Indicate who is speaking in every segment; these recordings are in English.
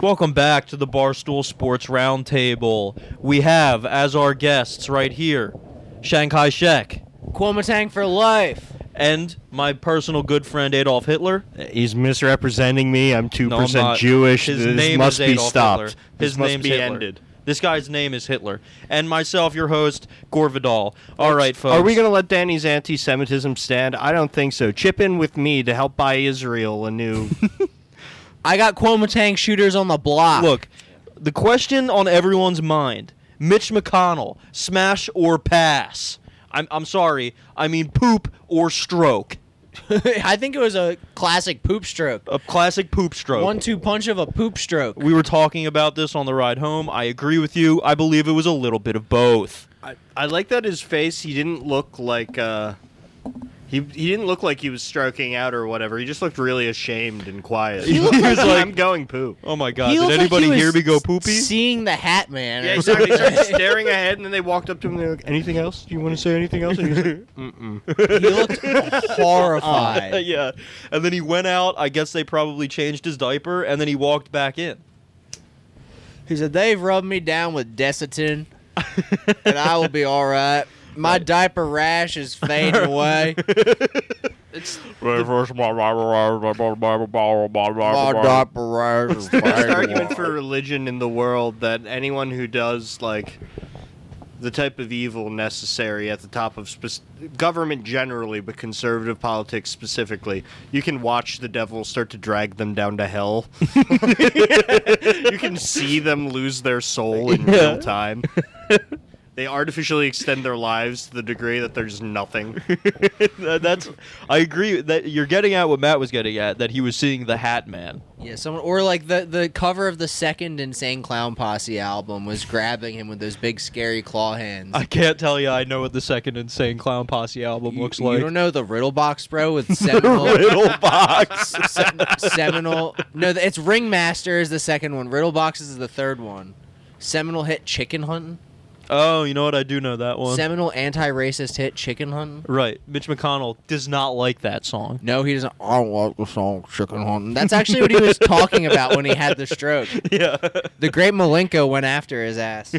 Speaker 1: Welcome back to the Barstool Sports Roundtable. We have as our guests right here Shanghai Shek
Speaker 2: Kuomintang for life.
Speaker 1: and my personal good friend Adolf Hitler.
Speaker 3: He's misrepresenting me. I'm two
Speaker 1: No, I'm
Speaker 3: percent
Speaker 1: not.
Speaker 3: Jewish.
Speaker 1: His
Speaker 3: this
Speaker 1: name
Speaker 3: must
Speaker 1: is
Speaker 3: be
Speaker 1: Adolf
Speaker 3: stopped.
Speaker 1: Hitler.
Speaker 3: This
Speaker 1: His
Speaker 3: must
Speaker 1: name's
Speaker 3: be
Speaker 1: Hitler.
Speaker 3: ended.
Speaker 1: This guy's name is Hitler. And myself, your host, Gore Vidal. All right, folks.
Speaker 3: Are we going to let Danny's anti-Semitism stand? I don't think so. Chip in with me to help buy Israel a new.
Speaker 2: I got Kuomintang shooters on the block.
Speaker 1: Look, the question on everyone's mind: Mitch McConnell, smash or pass? I'm I'm sorry. I mean poop or stroke.
Speaker 2: I think it was a classic poop stroke.
Speaker 1: A classic poop stroke.
Speaker 2: One-two punch of a poop stroke.
Speaker 1: we were talking about this on the ride home. I agree with you. I believe it was a little bit of both.
Speaker 3: I, I like that his face. He didn't look like. Uh, he, he didn't look like he was stroking out or whatever. He just looked really ashamed and quiet.
Speaker 1: He looked like-
Speaker 3: I'm going poop.
Speaker 1: Oh my god!
Speaker 2: He
Speaker 1: Did
Speaker 2: looked like
Speaker 1: anybody
Speaker 2: he was
Speaker 1: hear me go poopy?
Speaker 2: Seeing the Hat Man. or
Speaker 3: Yeah, exactly. He started
Speaker 2: something.
Speaker 3: staring ahead, and then they walked up to him. and They're like, "Anything else? Do you want to say anything else?" And he was like,
Speaker 2: he looked
Speaker 1: Oh.
Speaker 2: horrified.
Speaker 1: yeah. And then he went out. I guess they probably changed his diaper, and then he walked back in.
Speaker 2: He said, "They've rubbed me down with Desitin, and I will be all right. My diaper rash is fading away. My diaper rash is
Speaker 3: There's an
Speaker 2: fading
Speaker 3: argument
Speaker 2: away."
Speaker 3: for religion in the world that anyone who does like the type of evil necessary at the top of spec- government generally, but conservative politics specifically, you can watch the devil start to drag them down to hell. you can see them lose their soul in real time. They artificially extend their lives to the degree that there's nothing.
Speaker 1: That- That's. I agree that you're getting at what Matt was getting at. That he was seeing the Hat Man.
Speaker 2: Yeah, someone or like the the cover of the second Insane Clown Posse album was grabbing him with those big scary claw hands.
Speaker 1: I can't tell you. I know what the second Insane Clown Posse album
Speaker 2: you,
Speaker 1: looks
Speaker 2: you
Speaker 1: like.
Speaker 2: don't know the Riddle Box, bro, with Seminole.
Speaker 1: Riddle box.
Speaker 2: Sem- Seminole. No, th- it's Ringmaster is the second one. Riddle Boxes is the third one. Seminole hit Chicken Hunting.
Speaker 1: Oh, you know what? I do know that one.
Speaker 2: Seminole anti-racist hit Chicken Hunting.
Speaker 1: right. Mitch McConnell does not like that song.
Speaker 2: No, he doesn't. I don't like the song Chicken Hunting. That's actually what he was talking about when he had the stroke.
Speaker 1: Yeah.
Speaker 2: The great Malenko went after his ass.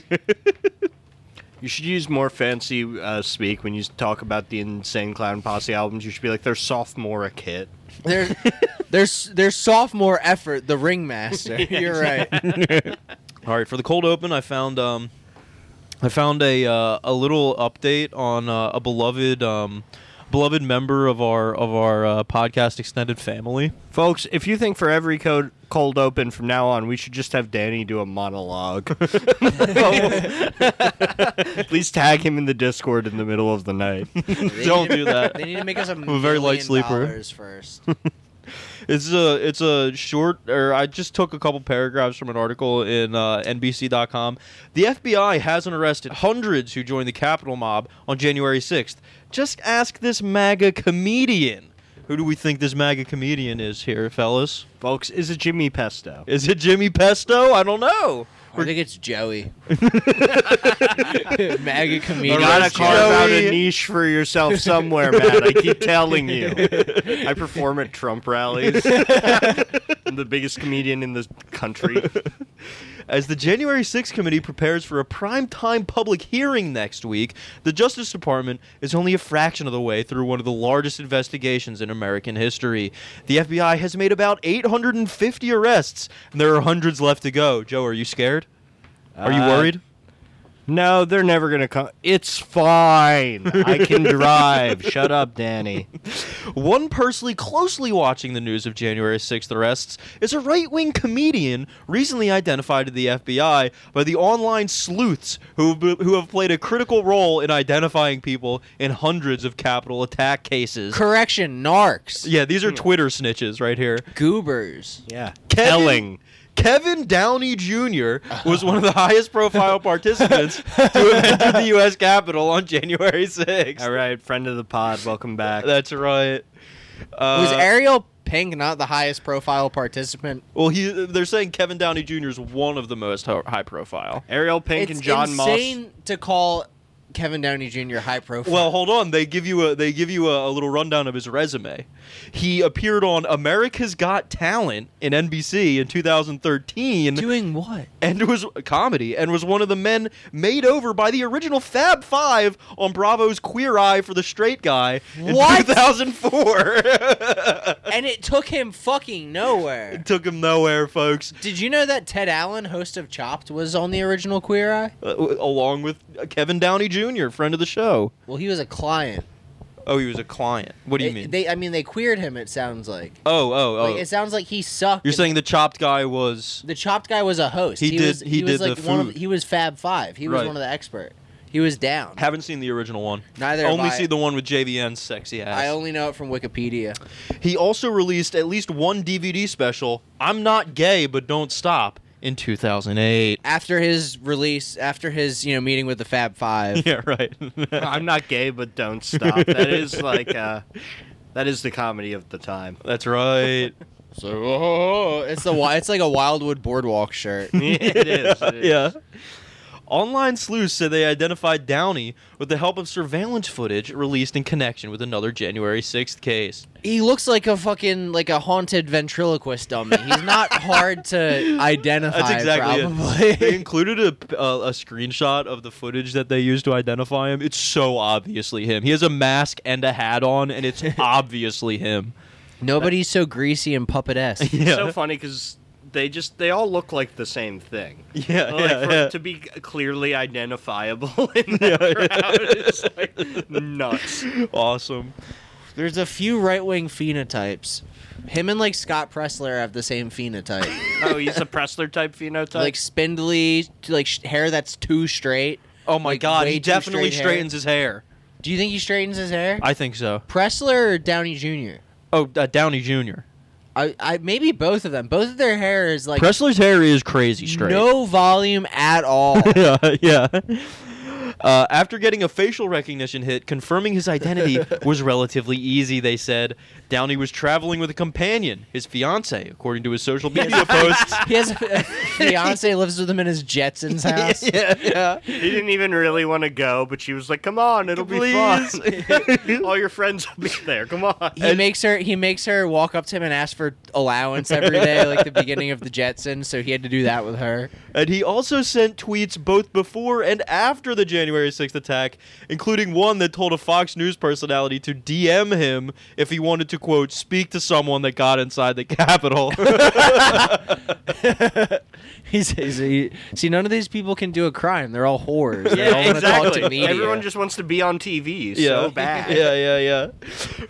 Speaker 3: You should use more fancy uh, speak when you talk about the Insane Clown Posse albums. You should be like their sophomoric hit.
Speaker 2: Their there's their sophomore effort, the ringmaster. You're right.
Speaker 1: All right. For the cold open, I found um, I found a uh, a little update on uh, a beloved um, beloved member of our of our uh, podcast extended family.
Speaker 3: Folks, if you think for every code cold open from now on, we should just have Danny do a monologue. At least tag him in the Discord in the middle of the night.
Speaker 1: Don't do that.
Speaker 2: They need to make us a,
Speaker 1: a very light
Speaker 2: million
Speaker 1: sleeper.
Speaker 2: dollars first.
Speaker 1: It's a it's a short, or I just took a couple paragraphs from an article in uh, NBC.com. The FBI hasn't arrested hundreds who joined the Capitol mob on January 6th. Just ask this MAGA comedian. Who do we think this MAGA comedian is here, fellas?
Speaker 3: Folks, is it Jimmy Pesto?
Speaker 1: Is it Jimmy Pesto? I don't know.
Speaker 2: I think it's Joey. MAGA
Speaker 3: You
Speaker 2: comedian.
Speaker 3: gotta
Speaker 1: Joey.
Speaker 3: carve out a niche for yourself somewhere, Matt. I keep telling you. I perform at Trump rallies. I'm the biggest comedian in the country.
Speaker 1: As the January 6th committee prepares for a primetime public hearing next week, the Justice Department is only a fraction of the way through one of the largest investigations in American history. The FBI has made about 850 arrests, and there are hundreds left to go. Joe, are you scared? Are you
Speaker 3: Uh,
Speaker 1: worried?
Speaker 3: No, they're never gonna come. It's fine. I can drive. Shut up, Danny.
Speaker 1: One personally closely watching the news of January 6th arrests is a right wing comedian recently identified to the FBI by the online sleuths who, who have played a critical role in identifying people in hundreds of capital attack cases.
Speaker 2: Correction, narcs.
Speaker 1: yeah, these are Twitter snitches right here.
Speaker 2: Goobers.
Speaker 3: Yeah.
Speaker 1: Kevin-
Speaker 3: Telling.
Speaker 1: Kevin Downey Jr. was one of the highest profile participants to have entered the U.S. Capitol on January 6th.
Speaker 3: All right, friend of the pod, welcome back.
Speaker 1: That's right. Uh,
Speaker 2: Was Ariel Pink not the highest profile participant?
Speaker 1: Well, he they're saying Kevin Downey Jr. is one of the most ho- high profile.
Speaker 3: Ariel Pink
Speaker 2: it's
Speaker 3: and John
Speaker 2: insane to call Kevin Downey Jr. high profile.
Speaker 1: Well, hold on. They give you a they give you a, a little rundown of his resume. He appeared on America's Got Talent in NBC in 2013,
Speaker 2: doing what?
Speaker 1: and was a comedy, and was one of the men made over by the original Fab Five on Bravo's Queer Eye for the Straight Guy in
Speaker 2: What?
Speaker 1: 2004.
Speaker 2: And it took him fucking nowhere.
Speaker 1: it took him nowhere, folks.
Speaker 2: Did you know that Ted Allen, host of Chopped, was on the original Queer Eye?
Speaker 1: Uh, w- along with uh, Kevin Downey Jr., friend of the show.
Speaker 2: Well, he was a client.
Speaker 1: Oh, he was a client. What do you
Speaker 2: They-
Speaker 1: mean?
Speaker 2: They, I mean, they queered him. It sounds like.
Speaker 1: oh, oh, oh.
Speaker 2: Like, it sounds like he sucked.
Speaker 1: You're
Speaker 2: and
Speaker 1: saying the chopped guy was
Speaker 2: the chopped guy was a host.
Speaker 1: He did-
Speaker 2: Was,
Speaker 1: he
Speaker 2: was
Speaker 1: did
Speaker 2: like
Speaker 1: the
Speaker 2: one of.
Speaker 1: food.
Speaker 2: He was Fab Five. He was
Speaker 1: Right.
Speaker 2: one of the expert. He was down.
Speaker 1: Haven't seen the original one.
Speaker 2: Neither have
Speaker 1: Only
Speaker 2: I.
Speaker 1: see the one with JVN's sexy ass.
Speaker 2: I only know it from Wikipedia.
Speaker 1: he also released at least one DVD special, "I'm Not Gay, but Don't Stop," in 2008.
Speaker 2: After his release, after his you know meeting with the Fab Five,
Speaker 1: Yeah, right.
Speaker 3: I'm not gay, but don't stop. That is like uh, that is the comedy of the time.
Speaker 1: That's right.
Speaker 2: so oh, it's the wi- it's like a Wildwood Boardwalk shirt.
Speaker 3: it is. It is.
Speaker 1: yeah. Online sleuths said they identified Downey with the help of surveillance footage released in connection with another January 6th case.
Speaker 2: He looks like a fucking like a haunted ventriloquist dummy. He's not hard to identify.
Speaker 1: That's exactly
Speaker 2: probably.
Speaker 1: it. They included a, a, a screenshot of the footage that they used to identify him. It's so obviously him. He has a mask and a hat on, and it's obviously him.
Speaker 2: Nobody's so greasy and puppet esque.
Speaker 1: Yeah.
Speaker 3: It's so funny because they just they all look like the same thing.
Speaker 1: Yeah,
Speaker 3: like
Speaker 1: yeah,
Speaker 3: for,
Speaker 1: yeah.
Speaker 3: to be clearly identifiable in that
Speaker 1: Yeah, yeah.
Speaker 3: crowd is like nuts.
Speaker 1: awesome.
Speaker 2: There's a few right wing phenotypes. Him and like Scott Pressler have the same phenotype,
Speaker 3: Oh, he's a Pressler type phenotype.
Speaker 2: like spindly, like sh- hair that's too straight.
Speaker 1: Oh my
Speaker 2: Like,
Speaker 1: god,
Speaker 2: way
Speaker 1: he
Speaker 2: too
Speaker 1: definitely
Speaker 2: straight hair.
Speaker 1: straightens his hair.
Speaker 2: Do you think he straightens his hair?
Speaker 1: I think so.
Speaker 2: Pressler or Downey Jr.
Speaker 1: Oh, uh, Downey Jr.
Speaker 2: I, I maybe both of them. Both of their hair is like
Speaker 1: Pressler's hair is crazy straight.
Speaker 2: no volume at all.
Speaker 1: yeah, yeah. Uh, after getting a facial recognition hit, confirming his identity was relatively easy, they said. Downey was traveling with a companion, his fiance, according to his social media posts.
Speaker 2: he has a fiance lives with him in his Jetsons house.
Speaker 1: yeah, yeah.
Speaker 3: he didn't even really want to go, but she was like, "Come on, it'll be fun. all your friends will be there. Come on."
Speaker 2: He makes her he makes her walk up to him and ask for allowance every day, like the beginning of the Jetsons. So he had to do that with her.
Speaker 1: And he also sent tweets both before and after the January 6th attack, including one that told a Fox News personality to DM him if he wanted to, quote, speak to someone that got inside the Capitol.
Speaker 2: He says, he, "See, none of these people can do a crime. They're all whores. They all
Speaker 3: Yeah,
Speaker 2: want to talk to
Speaker 3: exactly.
Speaker 2: media.
Speaker 3: Everyone just wants to be on TV so bad.
Speaker 1: Yeah, yeah, yeah.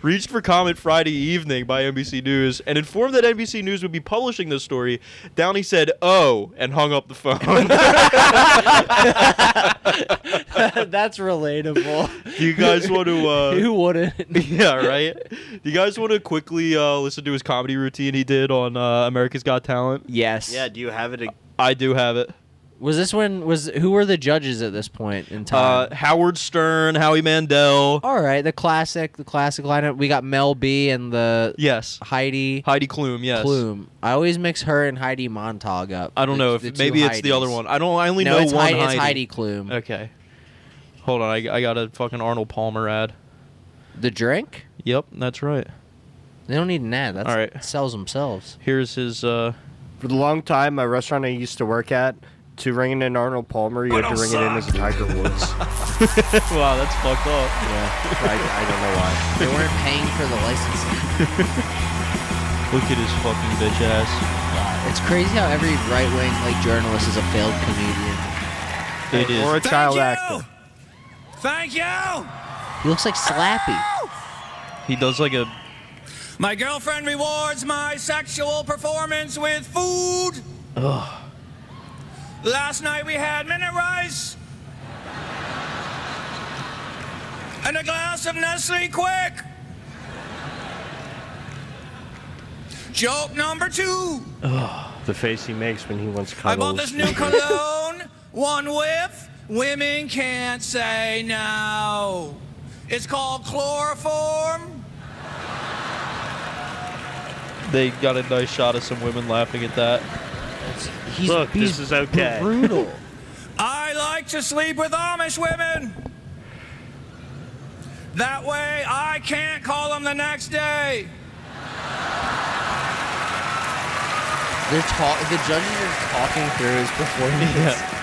Speaker 1: Reached for comment Friday evening by NBC News and informed that NBC News would be publishing this story. Downey said, "Oh," and hung up the phone.
Speaker 2: That's relatable.
Speaker 1: Do you guys want to? Uh,
Speaker 2: Who wouldn't?
Speaker 1: yeah, right. Do you guys want to quickly uh, listen to his comedy routine he did on uh, America's Got Talent?
Speaker 2: Yes.
Speaker 3: Yeah, do you have it? ag-
Speaker 1: I do have it.
Speaker 2: Was this when was who were the judges at this point in time?
Speaker 1: Uh, Howard Stern, Howie Mandel.
Speaker 2: all right, the classic, the classic lineup. We got Mel B and the
Speaker 1: Yes,
Speaker 2: Heidi
Speaker 1: Heidi Klum. Yes.
Speaker 2: Klum. I always mix her and Heidi Montag up.
Speaker 1: I don't
Speaker 2: The-
Speaker 1: know if
Speaker 2: the two
Speaker 1: maybe it's the
Speaker 2: Heidis.
Speaker 1: other one. I don't. I only know
Speaker 2: no, it's,
Speaker 1: one.
Speaker 2: Heidi, it's Heidi Klum.
Speaker 1: Okay. Hold on, I, I got a fucking Arnold Palmer ad.
Speaker 2: The drink?
Speaker 1: Yep, that's right.
Speaker 2: They don't need an ad. That's,
Speaker 1: All
Speaker 2: all
Speaker 1: right.
Speaker 2: right, sells themselves.
Speaker 1: Here's his. uh
Speaker 3: For the long time, my restaurant I used to work at, to ring it in Arnold Palmer, you had to ring it in as a Tiger Woods.
Speaker 1: Wow, that's fucked up.
Speaker 3: Yeah, I, I don't know why.
Speaker 2: They weren't paying for the licensing.
Speaker 1: Look at his fucking bitch ass.
Speaker 2: It's crazy how every right wing like journalist is a failed comedian.
Speaker 1: It is.
Speaker 3: Or a child
Speaker 4: you!
Speaker 3: actor.
Speaker 4: Thank you!
Speaker 2: He looks like Slappy.
Speaker 1: He does like a.
Speaker 4: My girlfriend rewards my sexual performance with food. Last night we had minute rice and a glass of Nestle Quick. Joke number two.
Speaker 3: The face he makes when he wants
Speaker 4: I
Speaker 3: cuddles.
Speaker 4: bought this new cologne. One whiff, women can't say no. It's called chloroform.
Speaker 1: They got a nice shot of some women laughing at that.
Speaker 2: He's,
Speaker 3: Look,
Speaker 2: he's
Speaker 3: this is okay.
Speaker 2: brutal.
Speaker 4: I like to sleep with Amish women. That way I can't call them the next day.
Speaker 2: They're talk. The judges are talking through his performance.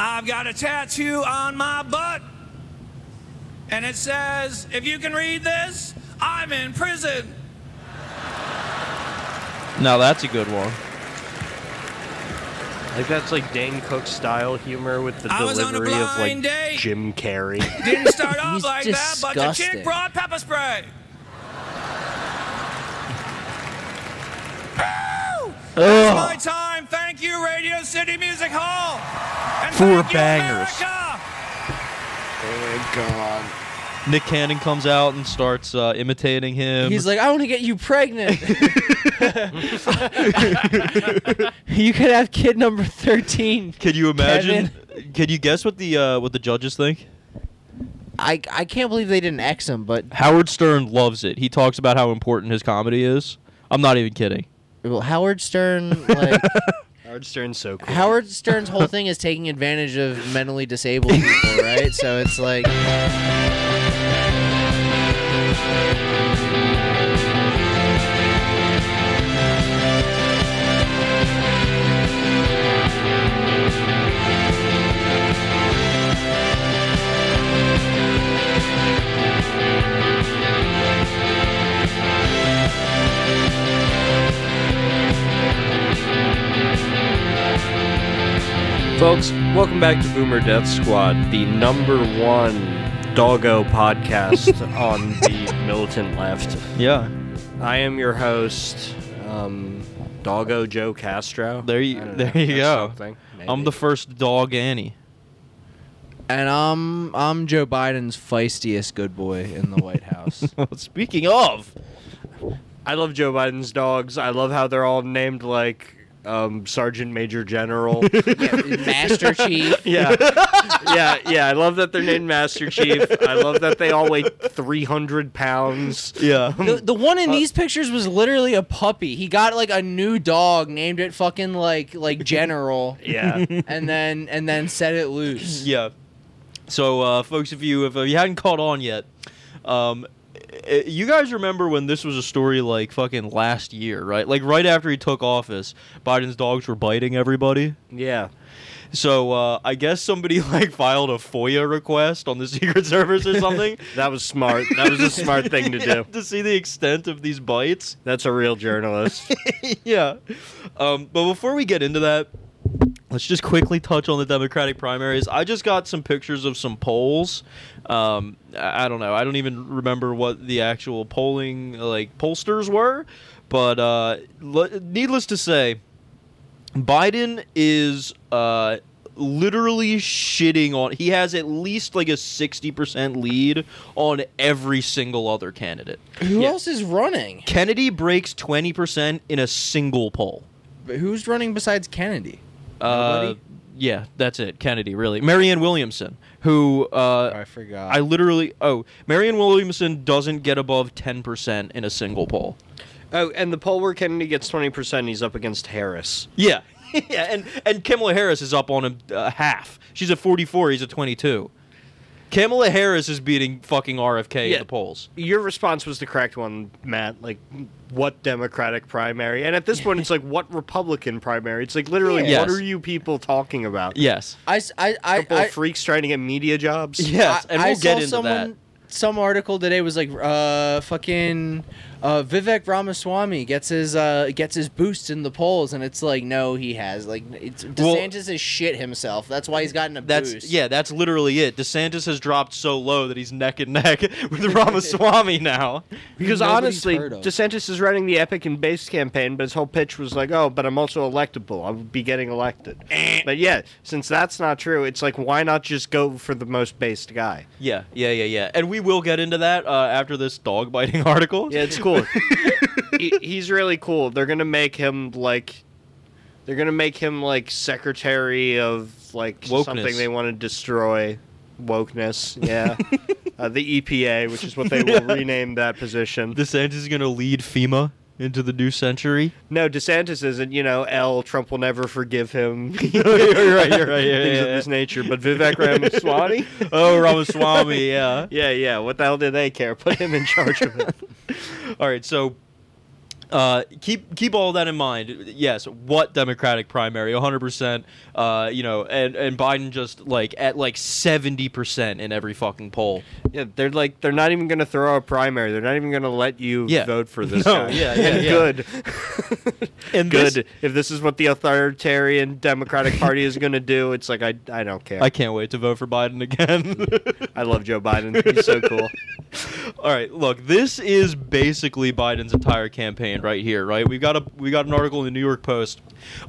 Speaker 4: I've got a tattoo on my butt. And it says, if you can read this, I'm in prison.
Speaker 1: Now that's a good one.
Speaker 3: Like that's like Dane Cook style humor with the
Speaker 4: I was on a
Speaker 3: delivery of like
Speaker 4: blind date.
Speaker 3: Jim Carrey.
Speaker 4: Didn't start off
Speaker 2: He's
Speaker 4: like that, but the
Speaker 2: disgusting.
Speaker 4: chick brought pepper spray. Woo! That's my time. Thank you, Radio City Music Hall. And
Speaker 1: Four
Speaker 4: thank
Speaker 1: bangers.
Speaker 4: You, America.
Speaker 2: Oh my god.
Speaker 1: Nick Cannon comes out and starts uh, imitating him.
Speaker 2: He's like, I want to get you pregnant. you could have kid number thirteen.
Speaker 1: can you imagine? Can you guess what the uh, what the judges think?
Speaker 2: I I can't believe they didn't X him, but
Speaker 1: Howard Stern loves it. He talks about how important his comedy is. I'm not even kidding.
Speaker 2: well, Howard Stern like
Speaker 3: Howard Stern's so cool.
Speaker 2: Howard Stern's whole thing is taking advantage of mentally disabled people, right? So it's like
Speaker 3: Folks, welcome back to Boomer Death Squad, the number one doggo podcast on the militant left.
Speaker 1: Yeah,
Speaker 3: I am your host, um, Doggo Joe Castro.
Speaker 1: there you
Speaker 3: I don't know,
Speaker 1: there you
Speaker 3: that's
Speaker 1: go.
Speaker 3: something, maybe.
Speaker 1: I'm the first dog Annie.
Speaker 2: and I'm I'm Joe Biden's feistiest good boy in the White House.
Speaker 1: Speaking of,
Speaker 3: I love Joe Biden's dogs. I love how they're all named like um, Sergeant Major General.
Speaker 2: Master Chief.
Speaker 3: yeah, yeah, yeah. I love that they're named Master Chief. I love that they all weigh 300 pounds.
Speaker 1: yeah,
Speaker 2: The, the one
Speaker 3: Uh,
Speaker 2: in these pictures was literally a puppy. He got like a new dog, named it fucking like like General,
Speaker 3: Yeah.
Speaker 2: and then and then set it loose.
Speaker 1: yeah. So, uh, folks, if you if you hadn't caught on yet, um, i- you guys remember when this was a story like fucking last year, right? Like right after he took office, Biden's dogs were biting everybody.
Speaker 3: Yeah.
Speaker 1: So uh, I guess somebody like filed a FOIA request on the Secret Service or something.
Speaker 3: That was smart. That was a smart thing to
Speaker 1: Yeah,
Speaker 3: do.
Speaker 1: to see the extent of these bites.
Speaker 3: That's a real journalist.
Speaker 1: yeah. Um, but before we get into that, let's just quickly touch on the Democratic primaries. I just got some pictures of some polls. Um, I I don't know. I don't even remember what the actual polling like pollsters were, but uh, le- needless to say, Biden is uh, literally shitting on. He has at least like a sixty percent lead on every single other candidate.
Speaker 2: Who
Speaker 3: Yeah.
Speaker 2: else is running?
Speaker 1: Kennedy breaks 20% in a single poll.
Speaker 2: But Who's running besides Kennedy?
Speaker 1: Uh,
Speaker 2: Nobody?
Speaker 1: yeah, that's it. Kennedy, really. Marianne Williamson, who uh,
Speaker 2: I forgot.
Speaker 1: I literally. Oh, Marianne Williamson doesn't get above 10% in a single poll.
Speaker 3: oh, and the poll where Kennedy gets 20%, he's up against Harris.
Speaker 1: Yeah. yeah, and, and Kamala Harris is up on him uh, half. She's a 44, he's a 22. Kamala Harris is beating fucking RFK in
Speaker 3: Yeah.
Speaker 1: the polls.
Speaker 3: Your response was the correct one, Matt. Like, what Democratic primary? And at this point, it's like, what Republican primary? It's like, literally,
Speaker 1: Yeah.
Speaker 3: what
Speaker 1: Yes.
Speaker 3: are you people talking about?
Speaker 1: Yes.
Speaker 2: I s- I I,
Speaker 3: Couple of
Speaker 2: I-
Speaker 3: freaks trying to get media jobs?
Speaker 1: Yes,
Speaker 2: I-
Speaker 1: and
Speaker 2: I
Speaker 1: we'll
Speaker 2: saw
Speaker 1: get into
Speaker 2: someone,
Speaker 1: that.
Speaker 2: Some article today was like, uh, fucking, uh, Vivek Ramaswamy gets his uh gets his boost in the polls, and it's like, no, he has like, it's,
Speaker 1: Well-
Speaker 2: DeSantis has shit himself. That's why he's gotten a
Speaker 1: That's
Speaker 2: boost.
Speaker 1: yeah, that's literally it. DeSantis has dropped so low that he's neck and neck with Ramaswamy now.
Speaker 3: Because
Speaker 2: Nobody's
Speaker 3: honestly,
Speaker 2: heard of.
Speaker 3: DeSantis is running the Epic and Base campaign, but his whole pitch was like, "Oh, but I'm also electable. I'll be getting elected."
Speaker 1: Eh.
Speaker 3: but yeah, since that's not true, it's like, why not just go for the most based guy?
Speaker 1: Yeah, yeah, yeah, yeah. And we will get into that uh, after this dog biting article.
Speaker 3: Yeah, it's cool. he, he's really cool. They're gonna make him like, they're gonna make him like secretary of like
Speaker 1: Wokeness.
Speaker 3: something they want to destroy, wokeness. Yeah, E uh, the EPA, which is what they will rename that position.
Speaker 1: DeSantis is going to lead FEMA. into the new century.
Speaker 3: No, DeSantis isn't. You know, L. Trump will never forgive him. Things
Speaker 1: you're right. You're right. Yeah,
Speaker 3: of this nature. But Vivek Ramaswamy.
Speaker 1: Oh, Ramaswamy. Yeah.
Speaker 3: yeah, yeah. What the hell do they care? Put him in charge of it.
Speaker 1: All right. So uh, keep keep all that in mind. Yes, what Democratic primary? 100. percent uh, You know, and and Biden just like at like 70 percent in every fucking poll.
Speaker 3: Yeah, they're like they're not even gonna throw a primary. They're not even gonna let you
Speaker 1: Yeah.
Speaker 3: vote for this
Speaker 1: No,
Speaker 3: guy.
Speaker 1: yeah, yeah,
Speaker 3: And
Speaker 1: yeah.
Speaker 3: Good.
Speaker 1: And
Speaker 3: Good.
Speaker 1: this-
Speaker 3: if this is what the authoritarian Democratic Party is gonna do, it's like I I don't care.
Speaker 1: I can't wait to vote for Biden again.
Speaker 3: I love Joe Biden. He's so cool.
Speaker 1: All right, look, this is basically Biden's entire campaign right here, right? We've got a we got an article in the New York Post.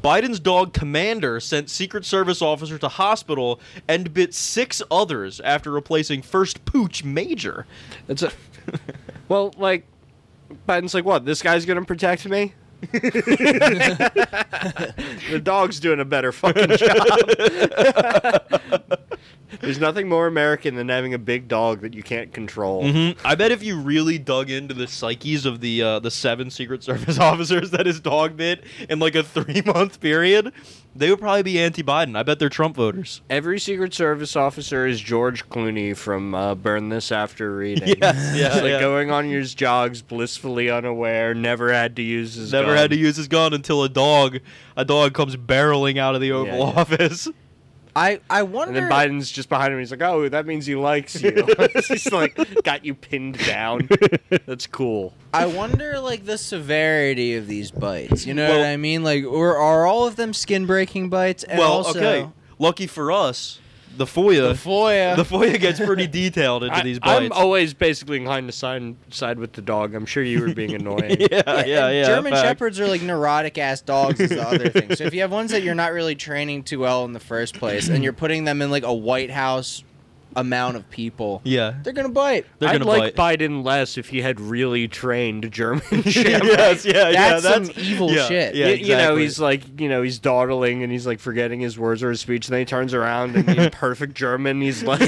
Speaker 1: Biden's dog Commander sent Secret Service officer to hospital and bit six others after replacing first pooch Major.
Speaker 3: It's a, well, like Biden's like, what? This guy's gonna protect me. the dog's doing a better fucking job. There's nothing more American than having a big dog that you can't control.
Speaker 1: I bet if you really dug into the psyches of the uh, the seven Secret Service officers that his dog bit in like a three month period, they would probably be anti-Biden. I bet they're Trump voters.
Speaker 3: Every Secret Service officer is George Clooney from uh, Burn This After Reading.
Speaker 1: Yes, yeah,
Speaker 3: It's like
Speaker 1: yeah.
Speaker 3: going on his jogs, blissfully unaware, never had to use his
Speaker 1: Never
Speaker 3: gun.
Speaker 1: had to use his gun until a dog a dog comes barreling out of the Oval
Speaker 3: yeah.
Speaker 1: Office.
Speaker 2: I I wonder.
Speaker 3: And then Biden's just behind him. He's like, "Oh, that means he likes you." he's like, "Got you pinned down." That's cool.
Speaker 2: I wonder like the severity of these bites. You know
Speaker 1: Well-
Speaker 2: what I mean? Like, or are all of them skin breaking bites? And
Speaker 1: well,
Speaker 2: also,
Speaker 1: okay. Lucky for us, the FOIA
Speaker 2: The FOIA.
Speaker 1: the FOIA gets pretty detailed into these
Speaker 3: I, am
Speaker 1: bites.
Speaker 3: always basically inclined to side side with the dog. I'm sure you were being annoying.
Speaker 1: yeah, yeah,
Speaker 2: and
Speaker 1: yeah.
Speaker 2: German
Speaker 1: fact.
Speaker 2: shepherds are like neurotic ass dogs is the other thing. So if you have ones that you're not really training too well in the first place, and you're putting them in like a White House amount of people,
Speaker 1: Yeah.
Speaker 2: they're gonna bite.
Speaker 1: They're
Speaker 3: I'd
Speaker 1: gonna
Speaker 3: like
Speaker 1: bite.
Speaker 3: Biden less if he had really trained German Shepherd.
Speaker 1: yes, yeah, yeah.
Speaker 2: That's some evil
Speaker 1: yeah,
Speaker 2: shit.
Speaker 1: Yeah,
Speaker 3: Y-
Speaker 1: exactly.
Speaker 3: You know, he's like, you know, he's dawdling and he's like forgetting his words or his speech. And then he turns around and in perfect German, he's like,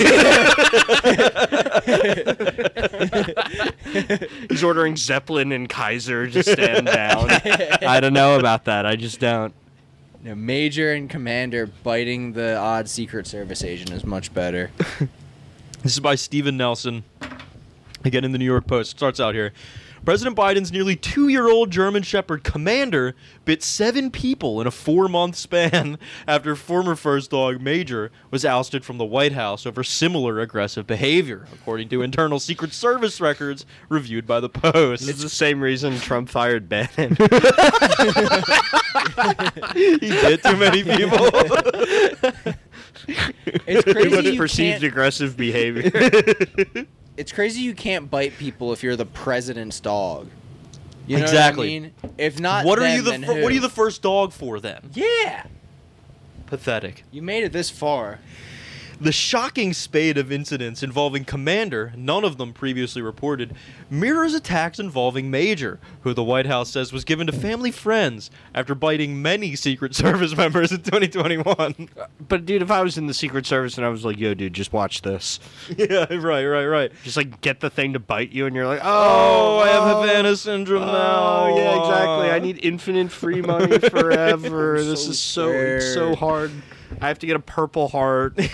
Speaker 3: he's ordering Zeppelin and Kaiser to stand down. I don't know about that. I just don't.
Speaker 2: You know, Major and Commander biting the odd Secret Service agent is much better.
Speaker 1: This is by Steven Nelson. Again in the New York Post. It starts out here. President Biden's nearly two year old German Shepherd commander bit seven people in a four month span after former first dog Major was ousted from the White House over similar aggressive behavior, according to internal Secret Service records reviewed by the Post.
Speaker 3: This is the same reason Trump fired Bannon.
Speaker 1: he bit too many people.
Speaker 2: It's
Speaker 3: Too
Speaker 2: crazy.
Speaker 3: much
Speaker 2: you
Speaker 3: perceived
Speaker 2: can't-
Speaker 3: aggressive behavior.
Speaker 2: it's crazy you can't bite people if you're the president's dog. You know
Speaker 1: Exactly.
Speaker 2: What, I mean? If not,
Speaker 1: what are
Speaker 2: them,
Speaker 1: you the
Speaker 2: then
Speaker 1: fir-
Speaker 2: who?
Speaker 1: what are you the first dog for then?
Speaker 2: Yeah,
Speaker 1: Pathetic.
Speaker 2: you made it this far.
Speaker 1: The shocking spate of incidents involving Commander, none of them previously reported, mirrors attacks involving Major, who the White House says was given to family friends after biting many Secret Service members in 2021.
Speaker 3: but, dude, if I was in the Secret Service and I was like, yo, dude, just watch this.
Speaker 1: yeah, right, right, right.
Speaker 3: Just like get the thing to bite you and you're like,
Speaker 1: Oh,
Speaker 3: oh,
Speaker 1: I have Havana syndrome now.
Speaker 3: Oh yeah, exactly. I need infinite free money forever.
Speaker 2: I'm
Speaker 3: this
Speaker 2: so
Speaker 3: is so it's so
Speaker 2: scared.
Speaker 3: hard. I have to get a purple heart.
Speaker 1: In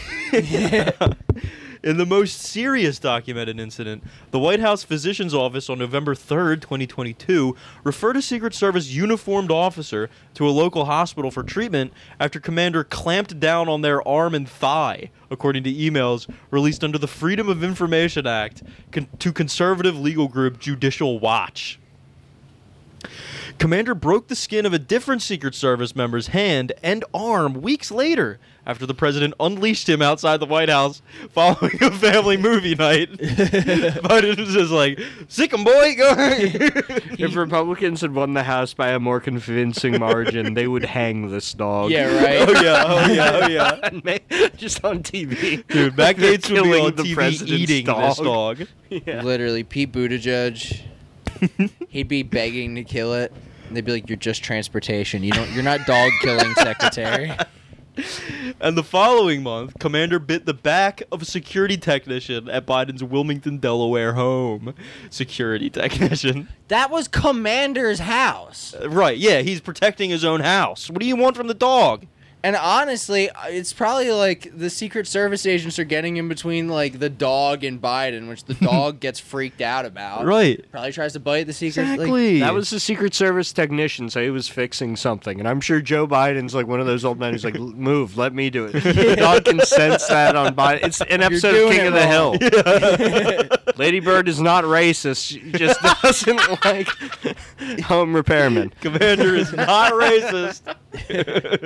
Speaker 1: the most serious documented incident, the White House Physician's Office on November 3rd, 2022, referred a Secret Service uniformed officer to a local hospital for treatment after Commander clamped down on their arm and thigh, according to emails released under the Freedom of Information Act con- to conservative legal group Judicial Watch. Commander broke the skin of a different Secret Service member's hand and arm weeks later after the president unleashed him outside the White House following a family movie night. Biden was just like, sick him, boy. Go
Speaker 3: if Republicans had won the House by a more convincing margin, they would hang this dog.
Speaker 2: Yeah, right.
Speaker 1: oh, yeah. Oh, yeah. Oh, yeah.
Speaker 3: And ma- Just on TV.
Speaker 1: Dude, Matt
Speaker 3: They're
Speaker 1: Gates would be
Speaker 3: killing
Speaker 1: on
Speaker 3: the
Speaker 1: TV
Speaker 3: president's
Speaker 1: eating
Speaker 3: dog.
Speaker 1: this dog.
Speaker 3: Yeah.
Speaker 2: Literally, Pete Buttigieg. he'd be begging to kill it. And they'd be like, "You're just transportation. You don't. You're not dog killing, secretary."
Speaker 1: And the following month, Commander bit the back of a security technician at Biden's Wilmington, Delaware home. Security technician.
Speaker 2: That was Commander's house.
Speaker 1: Right, yeah, he's protecting his own house. What do you want from the dog?
Speaker 2: And honestly, it's probably like the Secret Service agents are getting in between like the dog and Biden, which the dog gets freaked out about.
Speaker 1: Right.
Speaker 2: Probably tries to bite the secret. like-
Speaker 1: Exactly.
Speaker 3: That was the Secret Service technician, so he was fixing something. And I'm sure Joe Biden's like one of those old men who's like, "L- move, let me do it. The dog can sense that on Biden. It's an episode of
Speaker 2: doing
Speaker 3: King
Speaker 2: it
Speaker 3: of the
Speaker 2: wrong.
Speaker 3: Hill. Lady Bird is not racist. She just doesn't like home repairmen.
Speaker 1: Commander is not racist.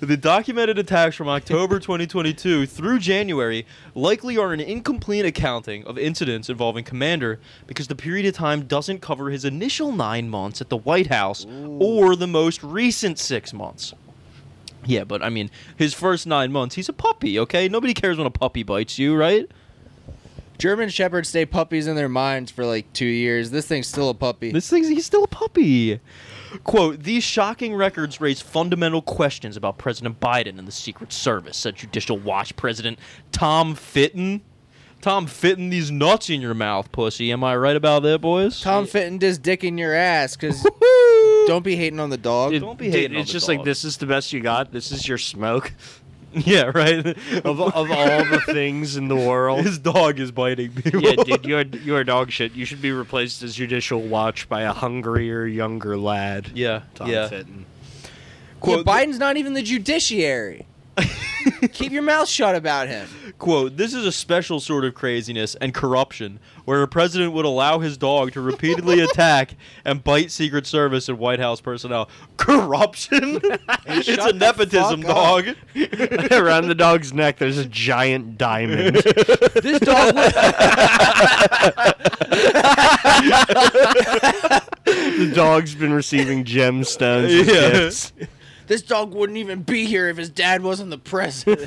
Speaker 1: the documented attacks from October 2022 through January likely are an incomplete accounting of incidents involving Commander because the period of time doesn't cover his initial nine months at the White House or the most recent six months. Yeah, but I mean, his first nine months, he's a puppy, okay? Nobody cares when a puppy bites you, right?
Speaker 2: German shepherds stay puppies in their minds for like two years. This thing's still a puppy.
Speaker 1: This thing's he's still a puppy. Quote, these shocking records raise fundamental questions about President Biden and the Secret Service, said Judicial Watch President Tom Fitton. Tom Fitton, these nuts in your mouth, pussy. Am I right about that, boys?
Speaker 2: Tom Fitton just dick in your ass because
Speaker 1: Woo-hoo!
Speaker 2: don't be hating on the dog.
Speaker 1: Don't be hating on
Speaker 3: It's
Speaker 1: the
Speaker 3: just
Speaker 1: dog.
Speaker 3: like, this is the best you got. This is your smoke
Speaker 1: Yeah, right.
Speaker 3: of, of all the things in the world.
Speaker 1: His dog is biting people.
Speaker 3: Yeah, dude, you're you're dog shit. You should be replaced as judicial watch by a hungrier, younger lad.
Speaker 1: Yeah,
Speaker 3: Tom
Speaker 1: yeah.
Speaker 3: Fitton.
Speaker 2: Yeah,
Speaker 1: Quote,
Speaker 2: Biden's not even the judiciary. Keep your mouth shut about him.
Speaker 1: quote this is a special sort of craziness and corruption where a president would allow his dog to repeatedly attack and bite secret service and white house personnel corruption it's a
Speaker 2: shut the
Speaker 1: nepotism
Speaker 2: fuck
Speaker 1: dog
Speaker 2: up.
Speaker 3: Around the dog's neck, there's a giant diamond.
Speaker 2: This dog would
Speaker 3: the dog's been receiving gemstones. as
Speaker 1: Yeah.
Speaker 3: gifts.
Speaker 2: This dog wouldn't even be here if his dad wasn't the president.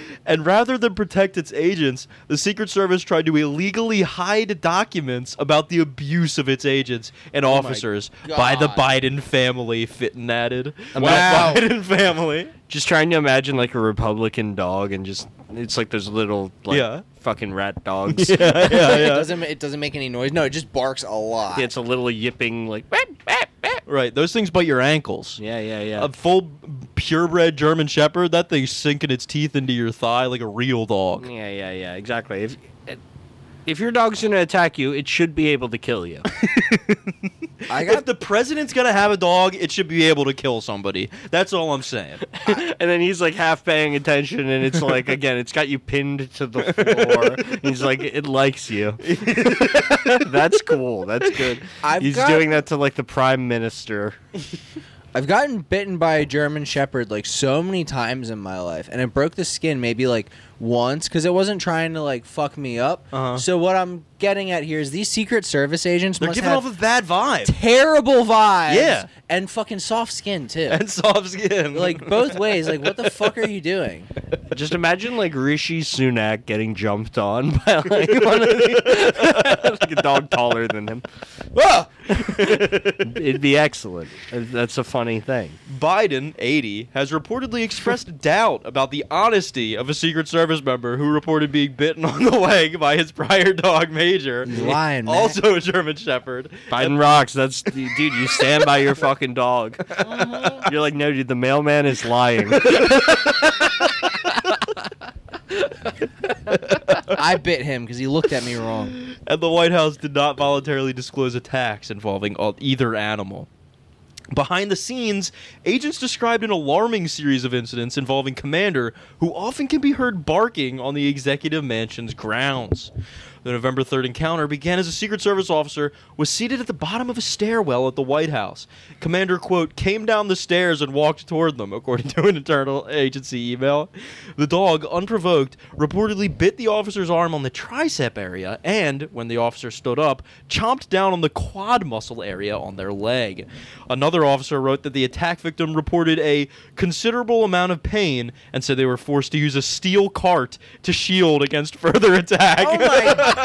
Speaker 1: and rather than protect its agents the secret service tried to illegally hide documents about the abuse of its agents and officers by the
Speaker 2: Oh God.
Speaker 1: biden family fitton added
Speaker 2: Wow.
Speaker 1: the biden family
Speaker 3: Just trying to imagine like a Republican dog, and just it's like those little like
Speaker 1: Yeah.
Speaker 3: fucking rat dogs.
Speaker 1: yeah yeah
Speaker 2: It
Speaker 1: yeah
Speaker 2: doesn't. ma- It doesn't make any noise. No, it just barks a lot.
Speaker 3: It's a little yipping like.
Speaker 1: right those things bite your ankles
Speaker 3: Yeah, yeah, yeah.
Speaker 1: A full purebred German Shepherd, that thing's sinking its teeth into your thigh like a real dog.
Speaker 2: Mm.
Speaker 3: Yeah, yeah, yeah. Exactly. If if your dog's gonna attack you, it should be able to kill you.
Speaker 2: I
Speaker 1: If
Speaker 2: got.
Speaker 1: the president's gonna have a dog, it should be able to kill somebody. That's all I'm saying.
Speaker 3: and then he's like half paying attention, and it's like again, it's got you pinned to the floor. he's like, it likes you. That's cool. That's good.
Speaker 2: I've
Speaker 3: he's
Speaker 2: got-
Speaker 3: doing that to like the prime minister.
Speaker 2: I've gotten bitten by a German Shepherd like so many times in my life, and it broke the skin maybe like once because it wasn't trying to like fuck me up.
Speaker 1: Uh-huh.
Speaker 2: So what I'm getting at here is these Secret Service agents
Speaker 1: They're
Speaker 2: must
Speaker 1: giving
Speaker 2: have
Speaker 1: off a bad vibe.
Speaker 2: terrible vibes.
Speaker 1: Yeah.
Speaker 2: and fucking soft skin too.
Speaker 1: And soft skin.
Speaker 2: like both ways. Like what the fuck are you doing?
Speaker 3: Just imagine like Rishi Sunak getting jumped on by like, one of the, like a dog taller than him.
Speaker 2: Whoa!
Speaker 1: ah!
Speaker 3: It'd be excellent. That's a funny thing.
Speaker 1: Biden, 80, has reportedly expressed doubt about the honesty of a Secret Service member who reported being bitten on the leg by his prior dog, Major.
Speaker 2: You're lying, man.
Speaker 1: Also a German Shepherd.
Speaker 3: Biden rocks. That's dude. You stand by your fucking dog. You're like, no, dude. The mailman is lying.
Speaker 2: I bit him because he looked at me wrong.
Speaker 1: and the White House did not voluntarily disclose attacks involving all, either animal. Behind the scenes, agents described an alarming series of incidents involving Commander, who often can be heard barking on the executive mansion's grounds. The November 3rd encounter began as a Secret Service officer was seated at the bottom of a stairwell at the White House. Commander, quote, came down the stairs and walked toward them, according to an internal agency email. The dog, unprovoked, reportedly bit the officer's arm on the tricep area and, when the officer stood up, chomped down on the quad muscle area on their leg. Another officer wrote that the attack victim reported a considerable amount of pain and said they were forced to use a steel cart to shield against further attack.
Speaker 2: Oh my god!
Speaker 1: so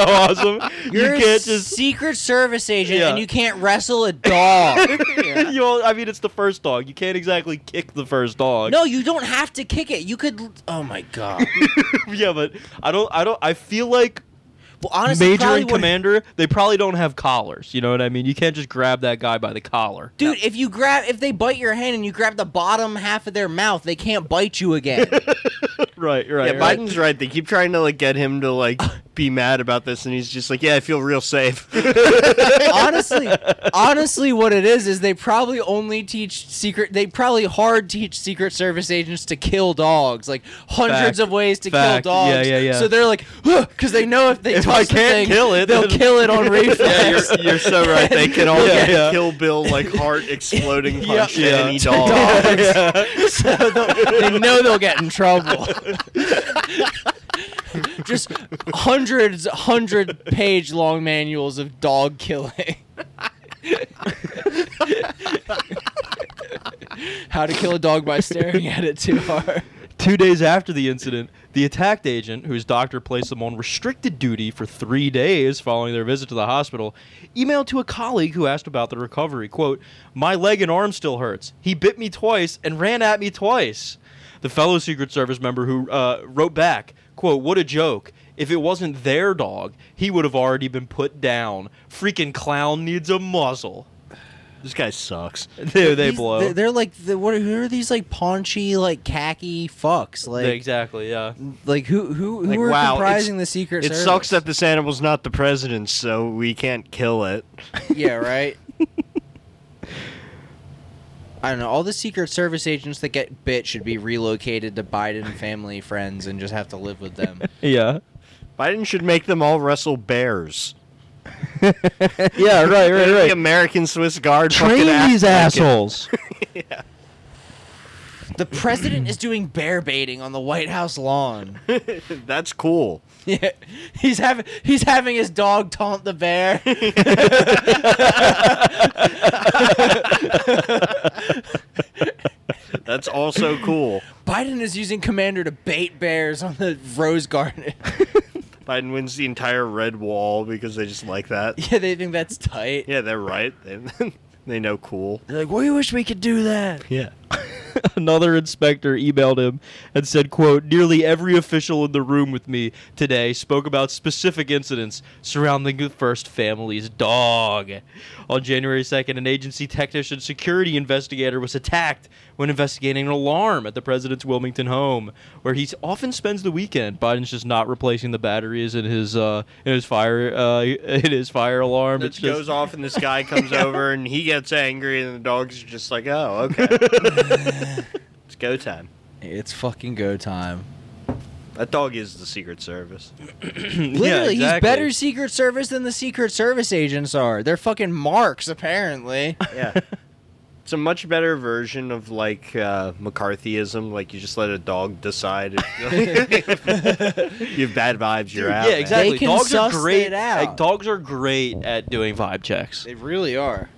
Speaker 1: awesome.
Speaker 2: You're
Speaker 1: you
Speaker 2: a
Speaker 1: can't just.
Speaker 2: Secret Service agent,
Speaker 1: Yeah.
Speaker 2: and you can't wrestle a dog.
Speaker 1: you all, I mean, it's the first dog. You can't exactly kick the first dog.
Speaker 2: no, you don't have to kick it. You could. Oh my god.
Speaker 1: yeah, but I don't. I don't. I feel like
Speaker 2: Well, honestly,
Speaker 1: Major
Speaker 2: probably
Speaker 1: and
Speaker 2: would-
Speaker 1: Commander, they probably don't have collars. You know what I mean? You can't just grab that guy by the collar.
Speaker 2: Dude, if you grab if they bite your hand and you grab the bottom half of their mouth, they can't bite you again.
Speaker 1: Right, right.
Speaker 3: Yeah, Biden's right. They keep trying to like get him to like be mad about this, and he's just like, "Yeah, I feel real safe."
Speaker 2: honestly, honestly, what it is is they probably only teach secret. They probably hard teach Secret Service agents to kill dogs, like hundreds
Speaker 1: Fact.
Speaker 2: of ways to
Speaker 1: Fact.
Speaker 2: kill dogs.
Speaker 1: Yeah, yeah, yeah.
Speaker 2: So they're like, because they know if they
Speaker 1: If
Speaker 2: touch
Speaker 1: I
Speaker 2: the
Speaker 1: can't
Speaker 2: thing,
Speaker 1: kill it,
Speaker 2: they'll
Speaker 1: then-
Speaker 2: kill it on reflex.
Speaker 3: yeah, you're, you're so right. They can all
Speaker 1: Yeah,
Speaker 3: get
Speaker 1: yeah.
Speaker 3: Kill Bill like heart exploding
Speaker 1: Yeah.
Speaker 3: punch
Speaker 1: Yeah.
Speaker 3: to any dog.
Speaker 2: so they'll- they know they'll get in trouble. Just hundreds, hundred page long manuals of dog killing. How to kill a dog by staring at it too hard.
Speaker 1: Two days after the incident, the attacked agent, whose doctor placed them on restricted duty for three days following their visit to the hospital, emailed to a colleague who asked about the recovery. Quote, My leg and arm still hurts. He bit me twice and ran at me twice. The fellow Secret Service member who uh, wrote back, quote, What a joke. If it wasn't their dog, he would have already been put down. Freaking clown needs a muzzle.
Speaker 3: This guy sucks.
Speaker 1: There they
Speaker 2: These-
Speaker 1: blow.
Speaker 2: They're, they're like, the, what are, who are these like paunchy, like khaki fucks? Like,
Speaker 1: exactly, yeah.
Speaker 2: like who who who
Speaker 3: Like,
Speaker 2: are
Speaker 3: wow,
Speaker 2: comprising the
Speaker 3: it's-
Speaker 2: secret?
Speaker 3: it
Speaker 2: service?
Speaker 3: sucks that this animal's not the president, so we can't kill it.
Speaker 5: yeah, right.
Speaker 2: I don't know. All the Secret Service agents that get bit should be relocated to Biden family friends and just have to live with them.
Speaker 1: Yeah.
Speaker 3: Biden should make them all wrestle bears.
Speaker 1: Yeah, right, right,
Speaker 3: The American Swiss Guard. fucking act like it.
Speaker 2: the president is doing bear baiting on the White House lawn.
Speaker 3: That's cool.
Speaker 2: yeah, he's having he's having his dog taunt the bear.
Speaker 3: That's also cool.
Speaker 2: Biden is using Commander to bait bears on the rose garden.
Speaker 3: Biden wins the entire red wall because they just like that.
Speaker 2: yeah, they think that's tight.
Speaker 3: Yeah, they're right. They, they know cool.
Speaker 2: They're like, we wish we could do that.
Speaker 3: Yeah.
Speaker 1: another inspector emailed him and said quote nearly every official in the room with me today spoke about specific incidents surrounding the first family's dog on january 2nd an agency technician security investigator was attacked when investigating an alarm at the president's wilmington home where he often spends the weekend biden's just not replacing the batteries in his uh in his fire uh in his fire alarm
Speaker 3: It
Speaker 1: it's just
Speaker 3: goes off, and this guy comes over, and he gets angry, and the dogs are just like, "Oh, okay, it's go time."
Speaker 2: It's fucking go time.
Speaker 3: That dog is the Secret Service.
Speaker 1: Yeah,
Speaker 2: Literally,
Speaker 1: exactly.
Speaker 2: he's better Secret Service than the Secret Service agents are. They're fucking marks, apparently.
Speaker 3: Yeah. It's a much better version of like uh, McCarthyism. Like you just let a dog decide. If you have bad vibes, you're
Speaker 1: Dude,
Speaker 3: out.
Speaker 1: yeah,
Speaker 3: man.
Speaker 1: exactly.
Speaker 2: They can
Speaker 1: dogs
Speaker 2: suss
Speaker 1: are great.
Speaker 2: it out.
Speaker 1: like, dogs are great at doing vibe checks.
Speaker 5: They really are.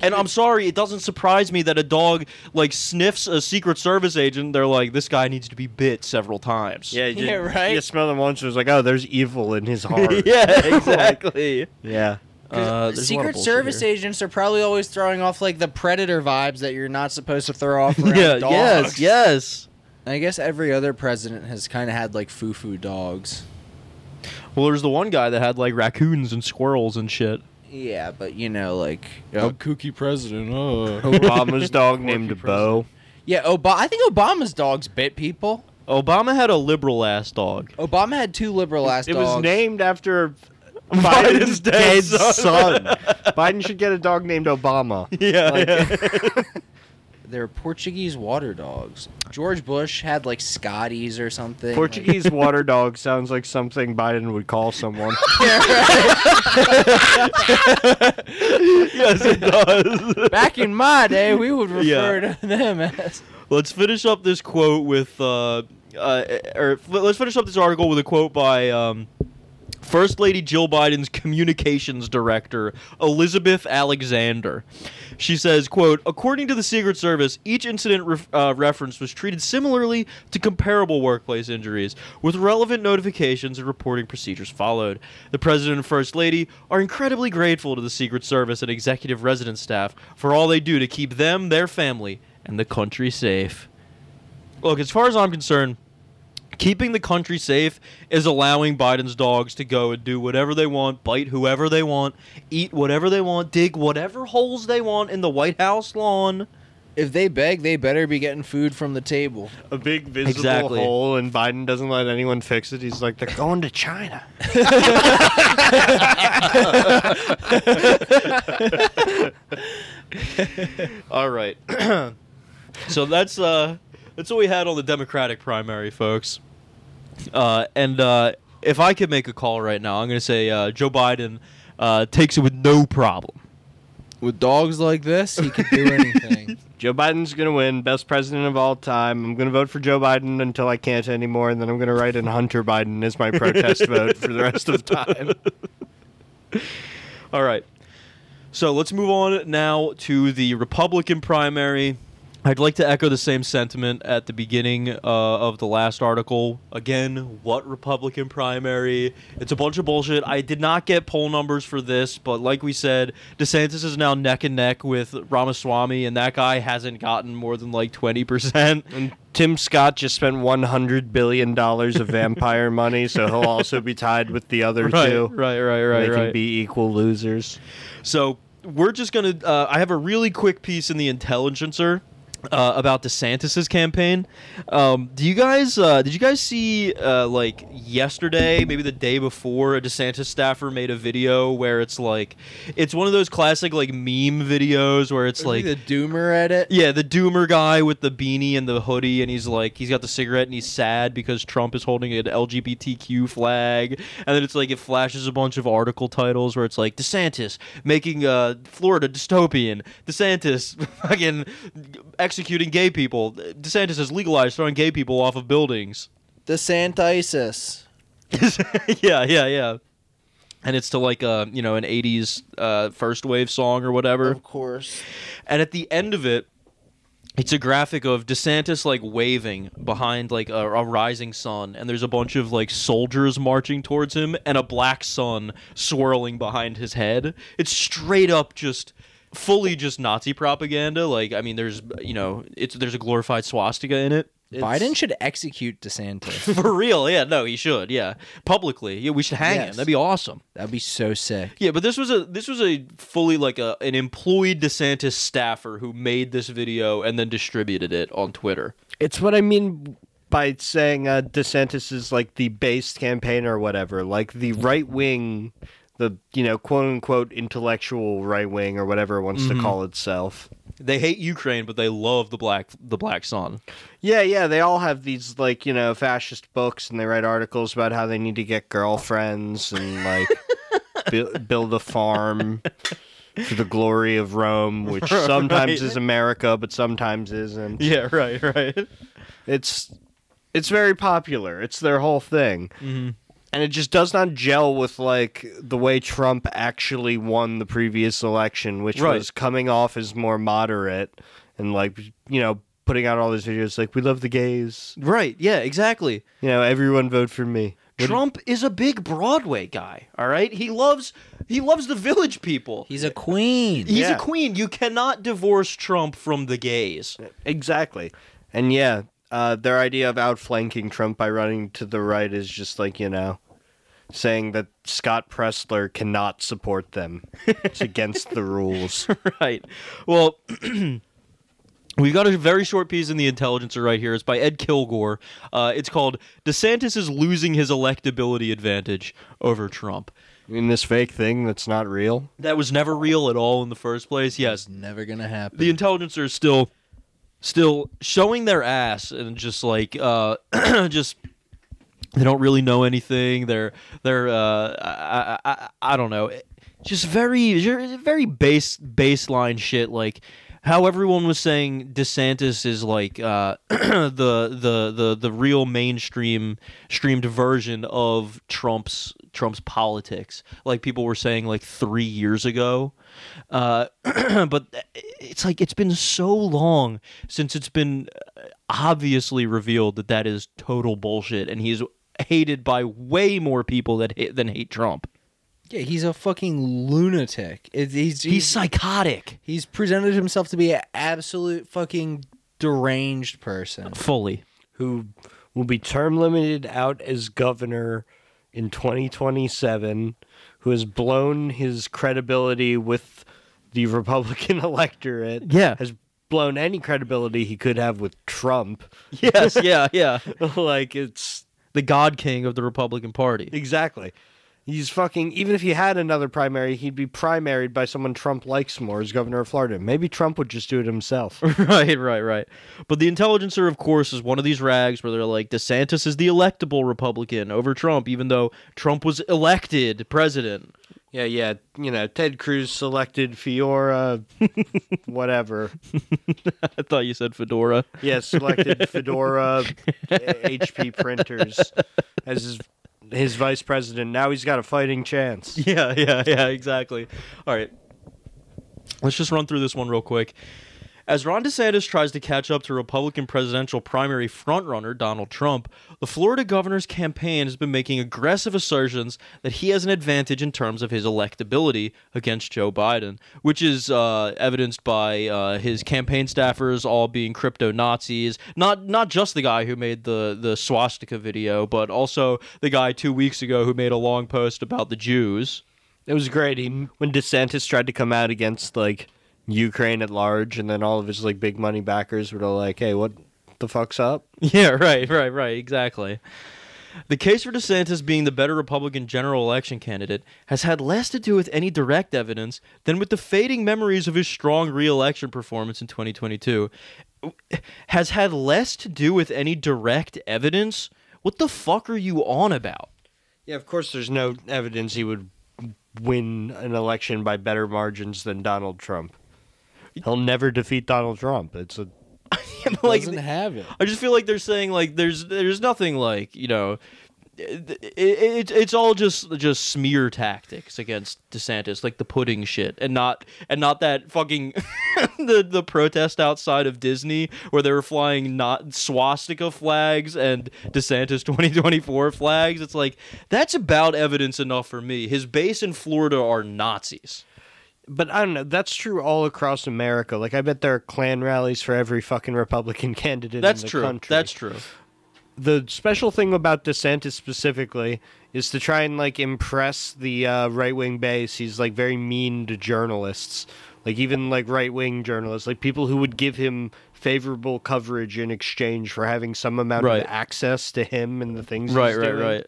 Speaker 1: And I'm sorry, it doesn't surprise me that a dog like sniffs a Secret Service agent. They're like, this guy needs to be bit several times.
Speaker 3: Yeah, you,
Speaker 2: Yeah, right?
Speaker 3: You smell them once, it was like, oh, there's evil in his heart.
Speaker 1: yeah, exactly.
Speaker 3: yeah.
Speaker 2: 'Cause
Speaker 1: Uh, there's a lot of
Speaker 2: Secret
Speaker 1: bullshit
Speaker 2: Service
Speaker 1: here.
Speaker 2: agents are probably always throwing off like the predator vibes that you're not supposed to throw off around
Speaker 1: Yeah.
Speaker 2: dogs.
Speaker 1: Yes. Yes.
Speaker 2: I guess every other president has kind of had like foo-foo dogs.
Speaker 1: Well, there's the one guy that had like raccoons and squirrels and shit.
Speaker 2: Yeah, but you know, like
Speaker 5: A kooky president. Oh.
Speaker 3: Obama's dog named Bo.
Speaker 2: yeah, Obama. I think Obama's dogs bit people.
Speaker 1: Obama had a liberal ass dog.
Speaker 2: Obama had two liberal ass
Speaker 3: It
Speaker 2: dogs.
Speaker 3: was named after
Speaker 1: Biden's
Speaker 3: Biden's
Speaker 1: dead
Speaker 3: dead
Speaker 1: son.
Speaker 3: son. Biden should get a dog named Obama.
Speaker 1: Yeah. yeah.
Speaker 2: They're Portuguese water dogs. George Bush had like Scotties or something. like-
Speaker 3: Portuguese water dog sounds like something Biden would call someone.
Speaker 1: yes, it does.
Speaker 2: Back in my day, we would refer
Speaker 1: Yeah.
Speaker 2: to them as.
Speaker 1: Let's finish up this er, quote with, uh, uh, or f- let's finish up this article with a quote by um, First Lady Jill Biden's communications director, Elizabeth Alexander. She says, quote, according to the Secret Service, each incident ref- uh, referenced was treated similarly to comparable workplace injuries, with relevant notifications and reporting procedures followed. The President and First Lady are incredibly grateful to the Secret Service and executive residence staff for all they do to keep them, their family, and the country safe. Look, as far as I'm concerned, keeping the country safe is allowing Biden's dogs to go and do whatever they want, bite whoever they want, eat whatever they want, dig whatever holes they want in the White House lawn.
Speaker 2: If they beg, they better be getting food from the table.
Speaker 3: A big visible
Speaker 1: Exactly.
Speaker 3: hole, and Biden doesn't let anyone fix it. He's like, they're going to China.
Speaker 1: All right. so that's uh that's what we had on the Democratic primary, folks. Uh, and uh, if I could make a call right now, I'm going to say uh, Joe Biden uh, takes it with no problem.
Speaker 2: With dogs like this, he can do anything.
Speaker 3: Joe Biden's going to win, best president of all time. I'm going to vote for Joe Biden until I can't anymore, and then I'm going to write in Hunter Biden as my protest vote for the rest of time.
Speaker 1: All right. So let's move on now to the Republican primary. I'd like to echo the same sentiment at the beginning uh, of the last article. Again, what Republican primary? It's a bunch of bullshit. I did not get poll numbers for this, but like we said, DeSantis is now neck and neck with Ramaswamy, and that guy hasn't gotten more than like 20%.
Speaker 3: And Tim Scott just spent 100 billion dollars of vampire money, so he'll also be tied with the other
Speaker 1: Right,
Speaker 3: two.
Speaker 1: right, right, right,
Speaker 3: They
Speaker 1: right.
Speaker 3: can be equal losers.
Speaker 1: So we're just gonna. Uh, I have a really quick piece in the Intelligencer uh, about DeSantis's campaign. Um, do you guys? Uh, did you guys see uh, like yesterday, maybe the day before, a DeSantis staffer made a video where it's like, it's one of those classic like meme videos where it's like
Speaker 2: the Doomer edit.
Speaker 1: yeah, the doomer guy with the beanie and the hoodie, and he's like, he's got the cigarette, and he's sad because Trump is holding an LGBTQ flag, and then it's like it flashes a bunch of article titles where it's like DeSantis making uh, Florida dystopian, DeSantis fucking executing gay people, DeSantis has legalized throwing gay people off of buildings.
Speaker 2: The Santisis.
Speaker 1: yeah, yeah, yeah. And it's to like uh, you know an '80s uh, first wave song or whatever.
Speaker 2: Of course.
Speaker 1: And at the end of it, it's a graphic of DeSantis like waving behind like a, a rising sun, and there's a bunch of like soldiers marching towards him, and a black sun swirling behind his head. It's straight up just fully just Nazi propaganda. Like I mean, there's you know, it's there's a glorified swastika in it. It's-
Speaker 2: Biden should execute DeSantis.
Speaker 1: for real, yeah, no, he should, yeah, publicly, yeah, we should hang him.
Speaker 2: Yes.
Speaker 1: That'd be awesome.
Speaker 2: That'd be so sick.
Speaker 1: Yeah, but this was a this was a fully like a an employee DeSantis staffer who made this video and then distributed it on Twitter.
Speaker 3: It's what I mean by saying uh, DeSantis is like the base campaign or whatever, like the right wing, the you know quote unquote intellectual right wing or whatever it wants
Speaker 1: Mm-hmm.
Speaker 3: to call itself.
Speaker 1: They hate Ukraine, but they love the black the black sun.
Speaker 3: Yeah, yeah, they all have these like you know fascist books, and they write articles about how they need to get girlfriends and like bu- build a farm for the glory of Rome, which sometimes is America, but sometimes isn't.
Speaker 1: Yeah, right, right.
Speaker 3: It's it's very popular. It's their whole thing.
Speaker 1: Mm-hmm.
Speaker 3: And it just does not gel with like the way Trump actually won the previous election, which
Speaker 1: Right.
Speaker 3: was coming off as more moderate and like you know putting out all these videos like we love the gays,
Speaker 1: Right, yeah, exactly.
Speaker 3: you know everyone vote for me. What-
Speaker 1: Trump is a big Broadway guy, all right? He loves he loves the village people.
Speaker 2: He's a queen.
Speaker 1: He's
Speaker 3: Yeah.
Speaker 1: a queen. You cannot divorce Trump from the gays.
Speaker 3: exactly. And yeah, uh, their idea of outflanking Trump by running to the right is just like you know saying that Scott Pressler cannot support them. it's against the rules.
Speaker 1: right. Well, we've got a very short piece in the Intelligencer right here. It's by Ed Kilgore. Uh, it's called "DeSantis is losing his electability advantage over Trump."
Speaker 3: in this fake thing that's not real.
Speaker 1: That was never real at all in the first place. Yes,
Speaker 2: Never gonna happen.
Speaker 1: the Intelligencer is still, still showing their ass and just like, uh, just. They don't really know anything. They're they're uh, I, I, I I don't know. Just very very base baseline shit like how everyone was saying DeSantis is like uh, the, the the the real mainstream streamed version of Trump's Trump's politics, like people were saying like three years ago. Uh, but it's like it's been so long since it's been obviously revealed that that is total bullshit, and he's hated by way more people that hate, than hate Trump.
Speaker 2: Yeah, he's a fucking lunatic. It,
Speaker 1: He's
Speaker 2: he's, he's
Speaker 1: psychotic,
Speaker 2: he's presented himself to be an absolute fucking deranged person.
Speaker 1: fully.
Speaker 3: who will be term limited out as governor in 2027, who has blown his credibility with the Republican electorate.
Speaker 1: Yeah.
Speaker 3: Has blown any credibility he could have with Trump.
Speaker 1: Yes, yeah, yeah.
Speaker 3: like, it's
Speaker 1: The God King of the Republican Party.
Speaker 3: exactly. He's fucking, even if he had another primary, he'd be primaried by someone Trump likes more as governor of Florida. Maybe Trump would just do it himself.
Speaker 1: right, right, right. But the Intelligencer, of course, is one of these rags where they're like, DeSantis is the electable Republican over Trump, even though Trump was elected president.
Speaker 3: Yeah, yeah. You know, Ted Cruz selected Fiora, whatever.
Speaker 1: I thought you said Fedora.
Speaker 3: Yeah, selected Fedora HP printers as his, his vice president. Now he's got a fighting chance.
Speaker 1: Yeah, yeah, yeah, exactly. All right. Let's just run through this one real quick. As Ron DeSantis tries to catch up to Republican presidential primary frontrunner Donald Trump, the Florida governor's campaign has been making aggressive assertions that he has an advantage in terms of his electability against Joe Biden, which is uh, evidenced by uh, his campaign staffers all being crypto Nazis. Not not just the guy who made the the swastika video, but also the guy two weeks ago who made a long post about the Jews.
Speaker 3: It was great. He, when DeSantis tried to come out against like Ukraine at large, and then all of his like big money backers were all like, "Hey, what the fuck's up?"
Speaker 1: Yeah, right, right, right, exactly. The case for DeSantis being the better Republican general election candidate has had less to do with any direct evidence than with the fading memories of his strong reelection performance in 2022. Has had less to do with any direct evidence? What the fuck are you on about?
Speaker 3: Yeah, of course. There's no evidence he would win an election by better margins than Donald Trump. He'll never defeat Donald Trump. It's a
Speaker 1: like,
Speaker 2: Doesn't have it.
Speaker 1: I just feel like they're saying like there's there's nothing like you know, it, it, it's all just just smear tactics against DeSantis, like the pudding shit, and not and not that fucking the the protest outside of Disney where they were flying not swastika flags and DeSantis 2024 flags. It's like that's about evidence enough for me. His base in Florida are Nazis.
Speaker 3: But I don't know. That's true all across America. Like I bet there are Klan rallies for every fucking Republican candidate.
Speaker 1: That's
Speaker 3: in the
Speaker 1: true.
Speaker 3: Country.
Speaker 1: That's true.
Speaker 3: the special thing about DeSantis specifically is to try and like impress the uh, right wing base. He's like very mean to journalists, like even like right wing journalists, like people who would give him favorable coverage in exchange for having some amount
Speaker 1: Right.
Speaker 3: of access to him and the things.
Speaker 1: Right,
Speaker 3: he's
Speaker 1: right,
Speaker 3: doing,
Speaker 1: right.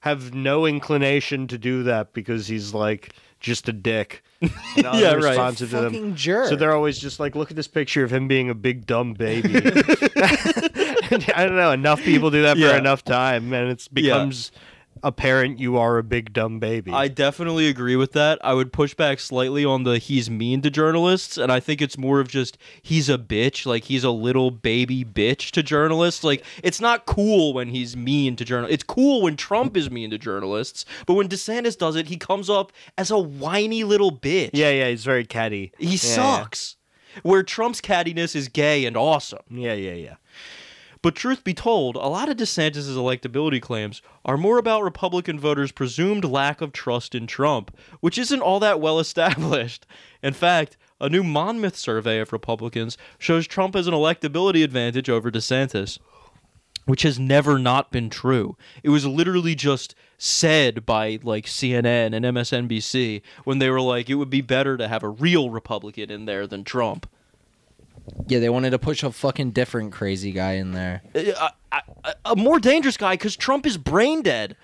Speaker 3: Have no inclination to do that because he's like just a dick. and
Speaker 1: Yeah, right.
Speaker 3: unresponsive to them.
Speaker 2: Fucking jerk.
Speaker 3: So they're always just like, look at this picture of him being a big dumb baby. I don't know. Enough people do that
Speaker 1: Yeah.
Speaker 3: for enough time, and it becomes apparent you are a big dumb baby.
Speaker 1: I definitely agree with that. I would push back slightly on the he's mean to journalists, and I think it's more of just he's a bitch, like he's a little baby bitch to journalists. Like it's not cool when he's mean to journalists. It's cool when Trump is mean to journalists, but when DeSantis does it, he comes up as a whiny little bitch.
Speaker 3: yeah, yeah, he's very catty.
Speaker 1: he
Speaker 3: yeah,
Speaker 1: sucks. Where Trump's cattiness is gay and awesome.
Speaker 3: Yeah, yeah, yeah.
Speaker 1: But truth be told, a lot of DeSantis' electability claims are more about Republican voters' presumed lack of trust in Trump, which isn't all that well established. In fact, a new Monmouth survey of Republicans shows Trump has an electability advantage over DeSantis, which has never not been true. It was literally just said by like CNN and MSNBC when they were like, it would be better to have a real Republican in there than Trump.
Speaker 2: Yeah, they wanted to push a fucking different crazy guy in there.
Speaker 1: a, a- a more dangerous guy because Trump is brain dead.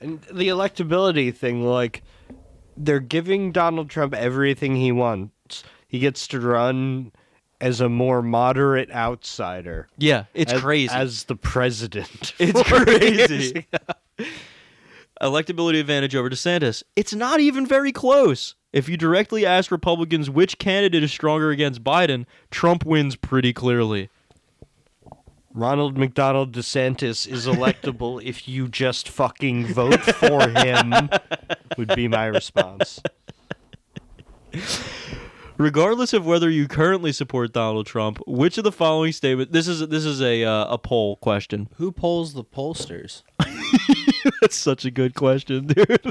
Speaker 3: And the electability thing, like, they're giving Donald Trump everything he wants. He gets to run as a more moderate outsider.
Speaker 1: Yeah, it's
Speaker 3: as,
Speaker 1: crazy.
Speaker 3: As the president.
Speaker 1: it's crazy. Electability advantage over DeSantis. It's not even very close. If you directly ask Republicans which candidate is stronger against Biden, Trump wins pretty clearly.
Speaker 3: Ronald McDonald DeSantis is electable if you just fucking vote for him, would be my response.
Speaker 1: Regardless of whether you currently support Donald Trump, which of the following statement this is this is a uh, a poll question.
Speaker 2: Who polls the pollsters?
Speaker 1: That's such a good question, dude.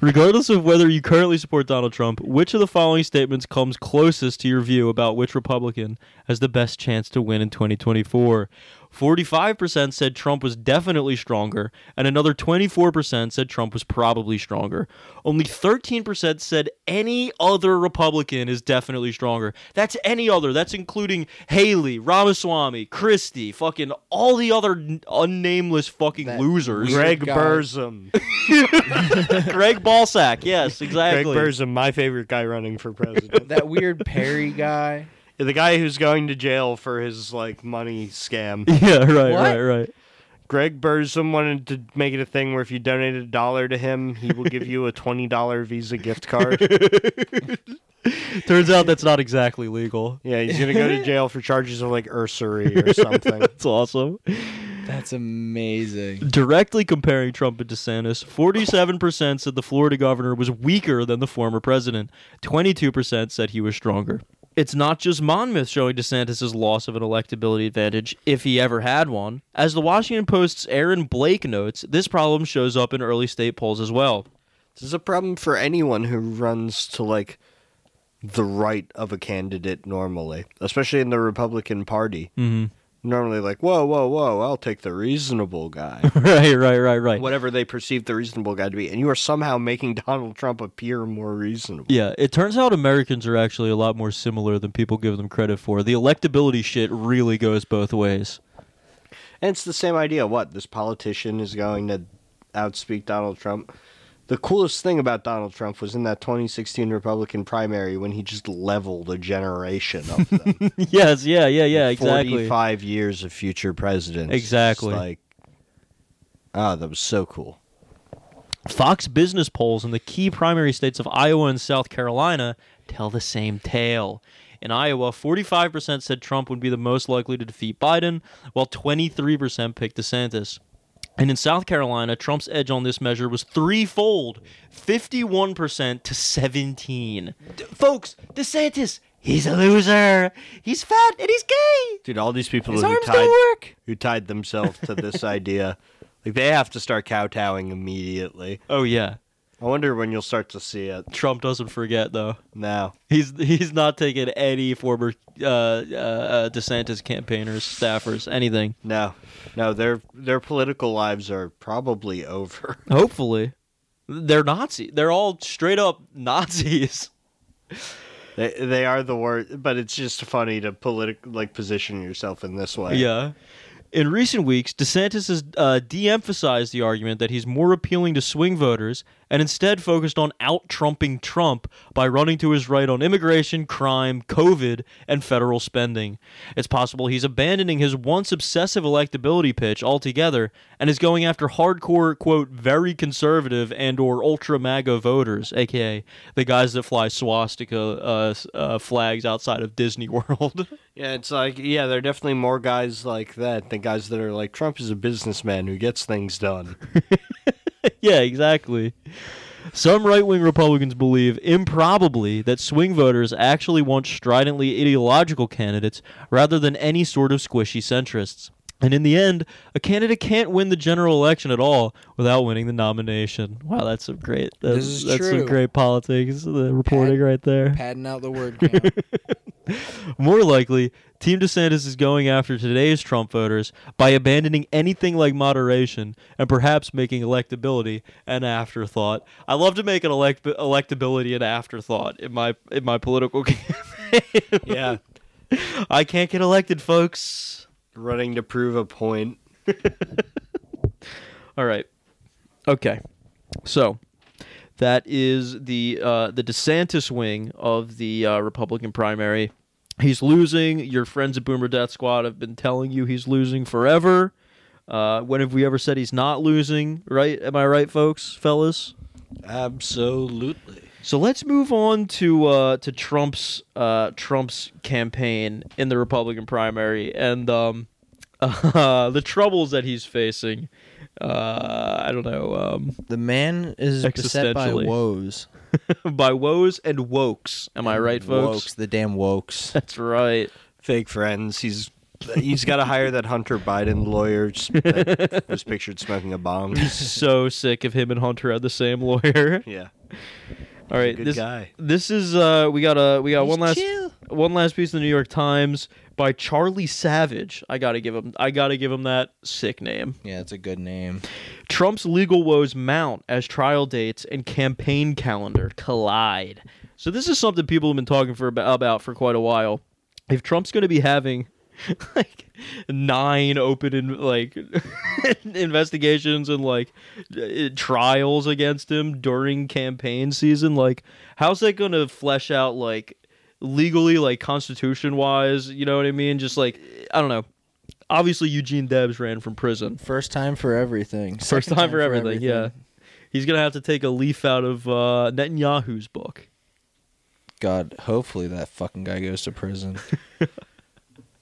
Speaker 1: Regardless of whether you currently support Donald Trump, which of the following statements comes closest to your view about which Republican has the best chance to win in 2024? 45% said Trump was definitely stronger, and another 24% said Trump was probably stronger. Only 13% said any other Republican is definitely stronger. That's any other. That's including Haley, Ramaswamy, Christie, fucking all the other n- unnameless fucking
Speaker 2: That
Speaker 1: losers.
Speaker 2: weird-
Speaker 3: Greg
Speaker 2: guy.
Speaker 3: Burzum.
Speaker 1: Greg Balsack. Yes, exactly.
Speaker 3: Greg Burzum, my favorite guy running for president.
Speaker 2: That weird Perry guy.
Speaker 3: the guy who's going to jail for his like money scam.
Speaker 1: Yeah, right,
Speaker 2: What?
Speaker 1: right, right.
Speaker 3: Greg Burzum wanted to make it a thing where if you donated a dollar to him, he will give you a twenty dollar Visa gift card.
Speaker 1: Turns out that's not exactly legal.
Speaker 3: Yeah, he's gonna go to jail for charges of like usury or something.
Speaker 1: It's awesome.
Speaker 6: That's amazing.
Speaker 1: Directly comparing Trump and DeSantis, 47% said the Florida governor was weaker than the former president. 22% said he was stronger. It's not just Monmouth showing DeSantis' loss of an electability advantage, if he ever had one. As the Washington Post's Aaron Blake notes, this problem shows up in early state polls as well.
Speaker 3: This is a problem for anyone who runs to like the right of a candidate normally, especially in the Republican Party.
Speaker 1: Mhm.
Speaker 3: Normally, like, whoa, whoa, whoa, I'll take the reasonable guy.
Speaker 1: right, right, right, right.
Speaker 3: Whatever they perceive the reasonable guy to be. And you are somehow making Donald Trump appear more reasonable.
Speaker 1: Yeah, it turns out Americans are actually a lot more similar than people give them credit for. The electability shit really goes both ways.
Speaker 3: And it's the same idea. What? This politician is going to outspeak Donald Trump. The coolest thing about Donald Trump was in that 2016 Republican primary when he just leveled a generation of them.
Speaker 1: yes, yeah, yeah, yeah, exactly.
Speaker 3: 45 years of future presidents. It's
Speaker 1: Exactly.
Speaker 3: like, ah, that was so cool.
Speaker 1: Fox business polls in the key primary states of Iowa and South Carolina tell the same tale. In Iowa, 45% said Trump would be the most likely to defeat Biden, while 23% picked DeSantis. And in South Carolina, Trump's edge on this measure was threefold 51% to 17. D- folks, DeSantis, he's a loser. He's fat and he's gay.
Speaker 3: Dude, all these people
Speaker 1: His
Speaker 3: who
Speaker 1: arms
Speaker 3: tied,
Speaker 1: don't work.
Speaker 3: who tied themselves to this idea, like they have to start kowtowing immediately.
Speaker 1: Oh, yeah.
Speaker 3: I wonder when you'll start to see it
Speaker 1: Trump doesn't forget, though.
Speaker 3: now.
Speaker 1: He's he's not taking any former uh, uh, uh, DeSantis campaigners, staffers, anything.
Speaker 3: No, no, their their political lives are probably over.
Speaker 1: Hopefully, they're Nazi. They're all straight up Nazis.
Speaker 3: They they are the worst, but it's just funny to politic like position yourself in this way.
Speaker 1: Yeah. In recent weeks, DeSantis has uh, de-emphasized the argument that he's more appealing to swing voters and instead focused on out-trumping Trump by running to his right on immigration, crime, COVID, and federal spending. It's possible he's abandoning his once obsessive electability pitch altogether and is going after hardcore, quote, very conservative and or ultra MAGA voters, aka the guys that fly swastika uh, s- uh, flags outside of Disney World.
Speaker 3: Yeah, it's like yeah, there are definitely more guys like that than guys that are like Trump is a businessman who gets things done.
Speaker 1: yeah, exactly. Some right wing Republicans believe improbably that swing voters actually want stridently ideological candidates rather than any sort of squishy centrists. And in the end, a candidate can't win the general election at all without winning the nomination. Wow, that's some great that's,
Speaker 2: is
Speaker 1: that's some
Speaker 2: true.
Speaker 1: great politics, the reporting right there.
Speaker 2: Padding out the word count.
Speaker 1: More likely, Team DeSantis is going after today's Trump voters by abandoning anything like moderation and perhaps making electability an afterthought. I love to make an elect- electability an afterthought in my in my political campaign.
Speaker 3: yeah,
Speaker 1: I can't get elected, folks.
Speaker 3: running to prove a point.
Speaker 1: All right. Okay. So that is the uh, the DeSantis wing of the uh, Republican primary. He's losing. Your friends at Boomer Death Squad have been telling you he's losing forever. Uh, when have we ever said he's not losing? Right? Am I right, folks, fellas?
Speaker 3: Absolutely.
Speaker 1: So let's move on to uh, to Trump's uh, Trump's campaign in the Republican primary and um, the troubles that he's facing. Uh, I don't know um,
Speaker 2: The man is beset by
Speaker 1: Existentially.
Speaker 2: woes.
Speaker 1: by woes and wokes. Am I right, folks?
Speaker 2: Wokes, the damn wokes.
Speaker 1: That's right.
Speaker 3: Fake friends. He's he's got to hire that Hunter Biden lawyer s- that was pictured smoking a bomb.
Speaker 1: so sick of him and Hunter had the same lawyer.
Speaker 3: Yeah.
Speaker 1: All right,
Speaker 3: good
Speaker 1: this
Speaker 3: guy.
Speaker 1: this is uh we got a we got one last
Speaker 2: chill.
Speaker 1: one last piece in the New York Times by Charlie Savage. I gotta give him I gotta give him that sick name.
Speaker 2: yeah, it's a good name.
Speaker 1: Trump's legal woes mount as trial dates and campaign calendar collide. So this is something people have been talking for about, about for quite a while. If Trump's going to be having like nine open in, like investigations and like uh, trials against him during campaign season, like how's that going to flesh out like legally like constitution wise, you know what I mean? Just like I don't know. Obviously Eugene Debs ran from prison.
Speaker 2: First time for everything.
Speaker 1: First
Speaker 2: Second
Speaker 1: time, for, everything, yeah. He's gonna have to take a leaf out of uh, Netanyahu's book.
Speaker 2: God, hopefully that fucking guy goes to prison.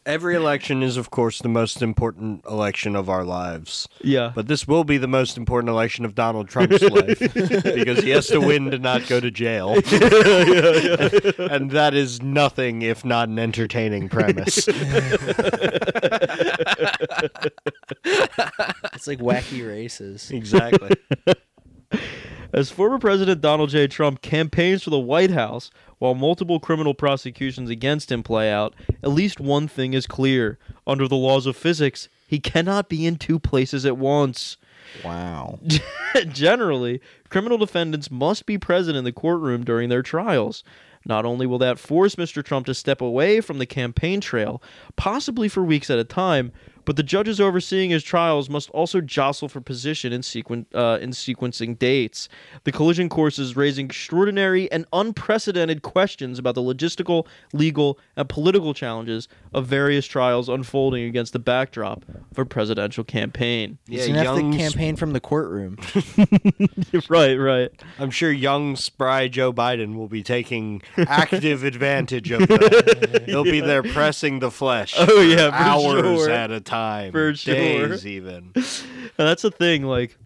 Speaker 3: Every election is, of course, the most important election of our lives.
Speaker 1: Yeah,
Speaker 3: But this will be the most important election of Donald Trump's life because he has to win to not go to jail. and that is nothing if not an entertaining premise.
Speaker 2: it's like wacky races.
Speaker 3: exactly.
Speaker 1: as former President Donald J. Trump campaigns for the White House while multiple criminal prosecutions against him play out, at least one thing is clear: under the laws of physics, he cannot be in two places at once.
Speaker 2: Wow.
Speaker 1: Generally, criminal defendants must be present in the courtroom during their trials. Not only will that force Mr. Trump to step away from the campaign trail, possibly for weeks at a time, but the judges overseeing his trials must also jostle for position in, sequen- uh, in sequencing dates. The collision course is raising extraordinary and unprecedented questions about the logistical, legal, and political challenges of various trials unfolding against the backdrop of a presidential campaign.
Speaker 2: He's gonna have to campaign from the courtroom.
Speaker 1: right, right.
Speaker 3: I'm sure young, spry Joe Biden will be taking active advantage of that. He'll be there pressing the flesh.
Speaker 1: Oh, yeah, for
Speaker 3: hours
Speaker 1: sure.
Speaker 3: at a time,
Speaker 1: For sure.
Speaker 3: days even.
Speaker 1: And that's the thing, like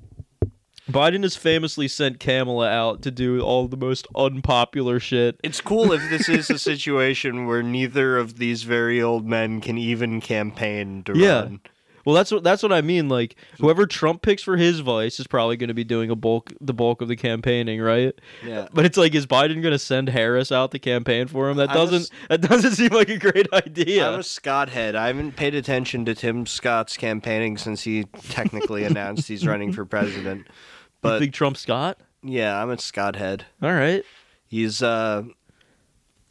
Speaker 1: Biden has famously sent Kamala out to do all the most unpopular shit.
Speaker 3: It's cool if this is a situation where neither of these very old men can even campaign to
Speaker 1: Yeah.
Speaker 3: run.
Speaker 1: Well, that's what that's what I mean. Like whoever Trump picks for his vice is probably going to be doing a bulk the bulk of the campaigning, right?
Speaker 3: Yeah.
Speaker 1: But it's like, is Biden going to send Harris out to campaign for him? That
Speaker 3: I
Speaker 1: doesn't
Speaker 3: was-
Speaker 1: that doesn't seem like a great idea.
Speaker 3: I'm a Scott head. I haven't paid attention to Tim Scott's campaigning since he technically announced he's running for president.
Speaker 1: you
Speaker 3: But
Speaker 1: think Trump Scott?
Speaker 3: yeah, I'm a Scott head.
Speaker 1: All right.
Speaker 3: He's uh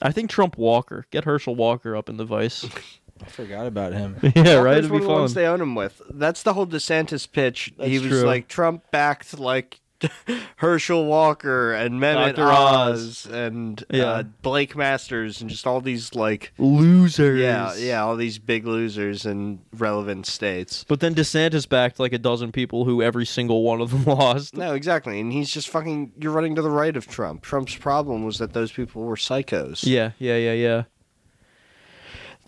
Speaker 1: I think Trump Walker. Get Herschel Walker up in the vice.
Speaker 2: I forgot about him.
Speaker 1: yeah, right.
Speaker 3: Walker's
Speaker 1: It'd
Speaker 3: one
Speaker 1: be
Speaker 3: of the ones
Speaker 1: fun.
Speaker 3: they own him with. That's the whole DeSantis pitch. he
Speaker 1: That's
Speaker 3: was
Speaker 1: true.
Speaker 3: like Trump backed like Herschel Walker and Mehmet
Speaker 1: Dr. Oz.
Speaker 3: Oz and
Speaker 1: Yeah.
Speaker 3: uh, Blake Masters and just all these like
Speaker 1: Losers.
Speaker 3: yeah yeah all these big losers in relevant states.
Speaker 1: But then DeSantis backed like a dozen people who every single one of them lost.
Speaker 3: No, exactly. And he's just fucking. You're running to the right of Trump. Trump's problem was that those people were psychos.
Speaker 1: Yeah, yeah, yeah, yeah.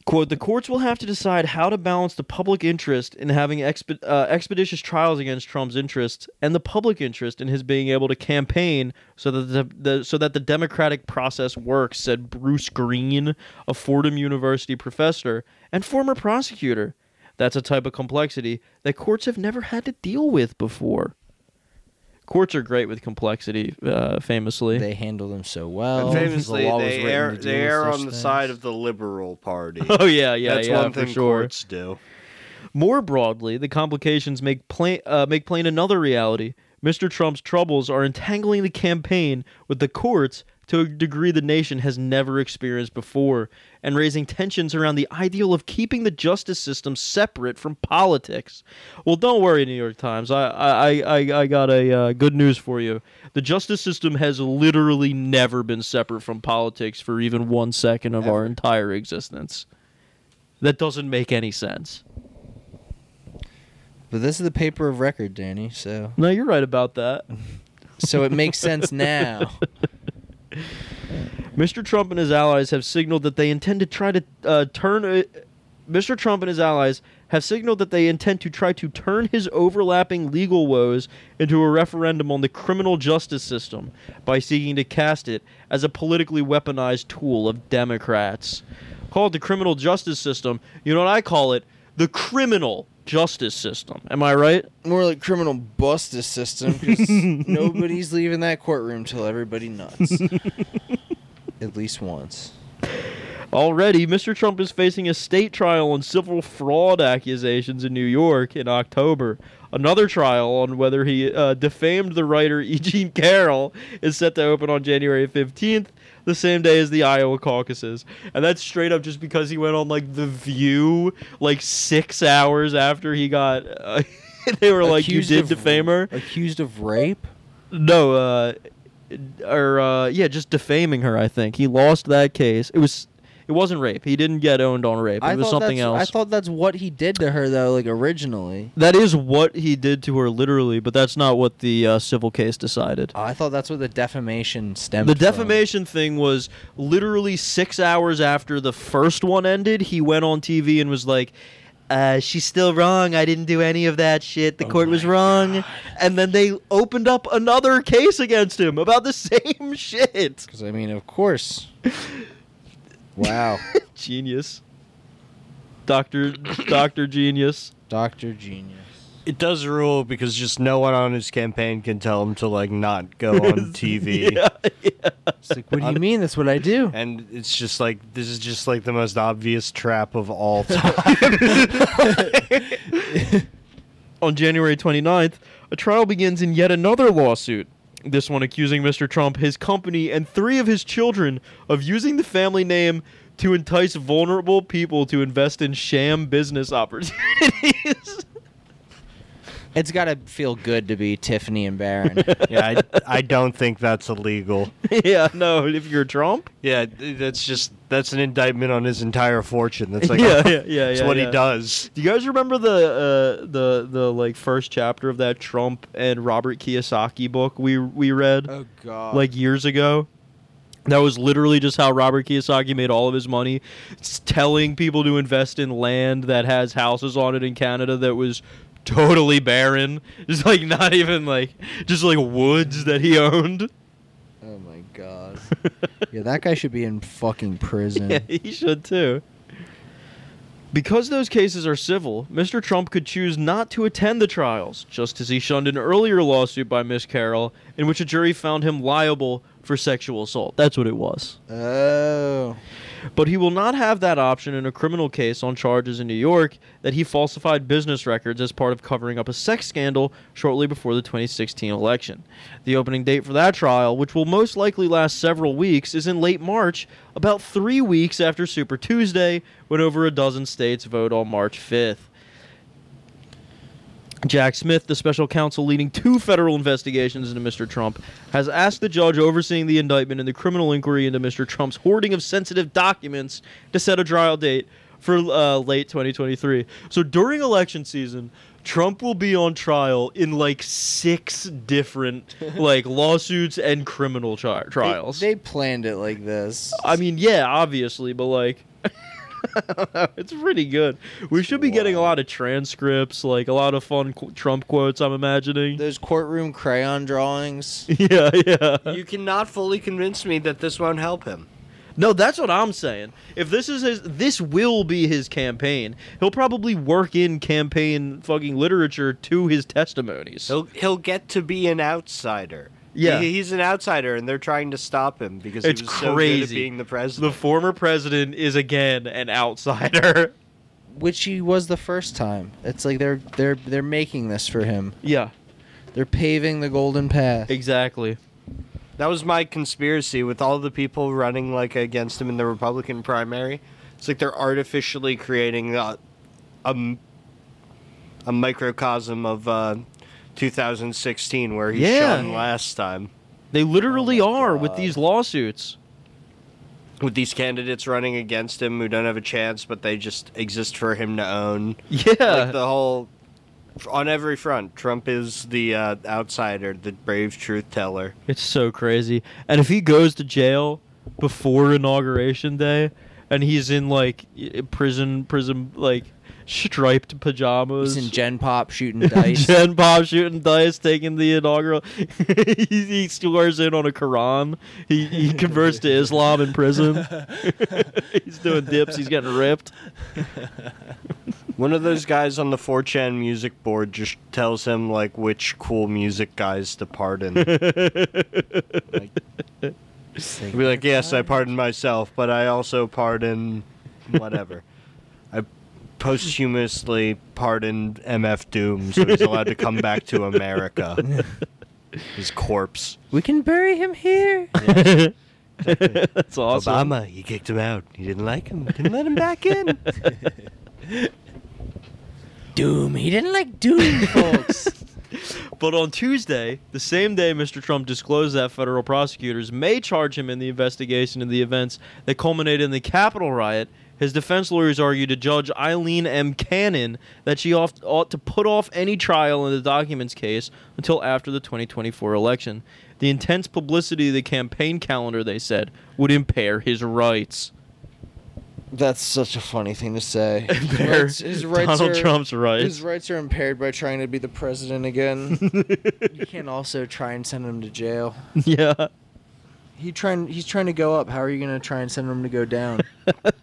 Speaker 1: Quote, the courts will have to decide how to balance the public interest in having expe- uh, expeditious trials against Trump's interests and the public interest in his being able to campaign so that the, the, so that the democratic process works, said Bruce Green, a Fordham University professor and former prosecutor. That's a type of complexity that courts have never had to deal with before. Courts are great with complexity, uh, famously.
Speaker 2: They handle them so well.
Speaker 3: And famously,
Speaker 2: Oh, The law was
Speaker 3: they
Speaker 2: written
Speaker 3: err,
Speaker 2: to
Speaker 3: they
Speaker 2: deal with
Speaker 3: err
Speaker 2: such
Speaker 3: on the
Speaker 2: things.
Speaker 3: side of the liberal party.
Speaker 1: oh yeah, yeah,
Speaker 3: That's
Speaker 1: yeah,
Speaker 3: one
Speaker 1: for
Speaker 3: thing
Speaker 1: sure.
Speaker 3: courts do.
Speaker 1: More broadly, the complications make plain uh, make plain another reality. Mr. Trump's troubles are entangling the campaign with the courts to a degree the nation has never experienced before, and raising tensions around the ideal of keeping the justice system separate from politics. Well, don't worry, New York Times. I I I, I- I got a uh, good news for you. The justice system has literally never been separate from politics for even one second of our entire existence. That doesn't make any sense.
Speaker 2: But this is the paper of record, Danny. So,
Speaker 1: No, you're right about that.
Speaker 2: so it makes sense now.
Speaker 1: Mr. Trump and his allies have signaled that they intend to try to uh, turn. Uh, Mr. Trump and his allies have signaled that they intend to try to turn his overlapping legal woes into a referendum on the criminal justice system by seeking to cast it as a politically weaponized tool of Democrats. Call it the criminal justice system. You know what I call it? The criminal justice system. Am I right?
Speaker 2: More like criminal bustice system because nobody's leaving that courtroom till everybody nuts. At least once.
Speaker 1: Already, Mr. Trump is facing a state trial on civil fraud accusations in New York in October. Another trial on whether he uh, defamed the writer E. Jean Carroll is set to open on January 15th, the same day as the Iowa caucuses. And that's straight up just because he went on, like, The View, like, six hours after he got. Uh, they were like, You
Speaker 2: Accused
Speaker 1: did
Speaker 2: of-
Speaker 1: defame her?
Speaker 2: Accused of rape?
Speaker 1: No, uh, or uh, yeah, just defaming her. I think he lost that case. It was it wasn't rape. He didn't get owned on rape. It was
Speaker 2: thought
Speaker 1: something
Speaker 2: that's-
Speaker 1: else.
Speaker 2: I thought that's what he did to her though, like originally.
Speaker 1: that is what he did to her literally, but that's not what the uh, civil case decided.
Speaker 2: Uh, I thought that's what the defamation stemmed.
Speaker 1: The
Speaker 2: from.
Speaker 1: defamation thing was literally six hours after the first one ended. He went on TV and was like, uh, "She's still wrong. I didn't do any of that shit.
Speaker 2: Oh
Speaker 1: The court was wrong." And then they opened up another case against him about the same shit.
Speaker 2: Because I mean, of course. Wow,
Speaker 1: Genius. Doctor Doctor Genius.
Speaker 2: Doctor Genius.
Speaker 3: It does rule because just no one on his campaign can tell him to like not go on TV.
Speaker 1: Yeah.
Speaker 2: It's like, what do you mean? That's what I do.
Speaker 3: And it's just like this is just like the most obvious trap of all time.
Speaker 1: On January 29th, a trial begins in yet another lawsuit. This one accusing Mr. Trump, his company, and three of his children of using the family name to entice vulnerable people to invest in sham business opportunities.
Speaker 2: It's got to feel good to be Tiffany and Barron.
Speaker 3: yeah, I, I don't think that's illegal.
Speaker 1: yeah, no, if you're Trump.
Speaker 3: Yeah, th- that's just that's an indictment on his entire fortune. That's like
Speaker 1: yeah, yeah, yeah.
Speaker 3: that's
Speaker 1: yeah,
Speaker 3: what
Speaker 1: yeah.
Speaker 3: he does.
Speaker 1: Do you guys remember the uh, the the like first chapter of that Trump and Robert Kiyosaki book we we read
Speaker 2: Oh, God.
Speaker 1: like years ago? That was literally just how Robert Kiyosaki made all of his money, s- telling people to invest in land that has houses on it in Canada that was totally barren, just like not even like just like woods that he owned.
Speaker 2: oh my god. Yeah, that guy should be in fucking prison.
Speaker 1: Yeah, he should too. Because those cases are civil, Mr. Trump could choose not to attend the trials, just as he shunned an earlier lawsuit by Miss Carroll in which a jury found him liable for sexual assault. That's what it was.
Speaker 2: Oh.
Speaker 1: But he will not have that option in a criminal case on charges in New York that he falsified business records as part of covering up a sex scandal shortly before the 2016 election. The opening date for that trial, which will most likely last several weeks, is in late March, about three weeks after Super Tuesday, when over a dozen states vote on March 5th. Jack Smith, the special counsel leading two federal investigations into Mr. Trump, has asked the judge overseeing the indictment in the criminal inquiry into Mr. Trump's hoarding of sensitive documents to set a trial date for uh, late 2023. So during election season, Trump will be on trial in like six different like lawsuits and criminal tri-
Speaker 2: They-
Speaker 1: trials.
Speaker 2: They, planned it like this.
Speaker 1: I mean, yeah, obviously, but like, I don't know, it's pretty good. We should be getting a lot of transcripts, like a lot of fun qu- Trump quotes. I'm imagining.
Speaker 2: Those courtroom crayon drawings.
Speaker 1: Yeah, yeah.
Speaker 3: You cannot fully convince me that this won't help him.
Speaker 1: No, that's what I'm saying. If this is his, this will be his campaign. He'll probably work in campaign fucking literature to his testimonies.
Speaker 3: He'll he'll get to be an outsider.
Speaker 1: Yeah.
Speaker 3: He- he's an outsider, and they're trying to stop him because
Speaker 1: It's
Speaker 3: he was so good at
Speaker 1: crazy.
Speaker 3: being the
Speaker 1: the
Speaker 3: president.
Speaker 1: former president is again an outsider.
Speaker 2: Which he was the first time. It's like they're they're they're making this for him.
Speaker 1: yeah,
Speaker 2: They're paving the golden path.
Speaker 1: exactly.
Speaker 3: that was my conspiracy with all the people running like against him in the Republican primary. It's like they're artificially creating a a, m- a microcosm of uh, 2016 where he
Speaker 1: Yeah.
Speaker 3: shone last time
Speaker 1: They literally
Speaker 2: Oh my
Speaker 1: are with
Speaker 2: God.
Speaker 1: these lawsuits.
Speaker 3: with these candidates running against him who don't have a chance, but they just exist for him to own.
Speaker 1: Yeah.
Speaker 3: like the whole on every front. Trump is the uh, outsider, the brave truth teller.
Speaker 1: It's so crazy. And if he goes to jail before inauguration day, and he's in like y- prison, prison like striped pajamas,
Speaker 2: He's in Gen Pop shooting dice.
Speaker 1: Gen Bob shooting dice, taking the inaugural. he, he swears in on a Quran. He, he converts to Islam in prison. he's doing dips. He's getting ripped.
Speaker 3: One of those guys on the 4chan music board just tells him like which cool music guys to pardon.
Speaker 2: Oh
Speaker 3: like, he'll be like, yes, I pardon myself, but I also pardon whatever. I posthumously pardoned MF Doom, so he's allowed to come back to America. His corpse.
Speaker 2: we can bury him here.
Speaker 1: That's awesome.
Speaker 3: Obama, he kicked him out. He didn't like him. Didn't let him back in.
Speaker 2: Doom. He didn't like Doom, folks.
Speaker 1: But on Tuesday, the same day Mr. Trump disclosed that federal prosecutors may charge him in the investigation of the events that culminated in the Capitol riot, his defense lawyers argued to Judge Eileen M. Cannon that she off- ought to put off any trial in the documents case until after the 2024 election. The intense publicity of the campaign calendar, they said, would impair his rights.
Speaker 6: That's such a funny thing to say.
Speaker 1: Impair
Speaker 6: Rights- his rights
Speaker 1: Donald
Speaker 6: are-
Speaker 1: Trump's rights.
Speaker 6: His rights are impaired by trying to be the president again. you can also try and send him to jail.
Speaker 1: yeah.
Speaker 6: He trying he's trying to go up. How are you gonna try and send him to go down?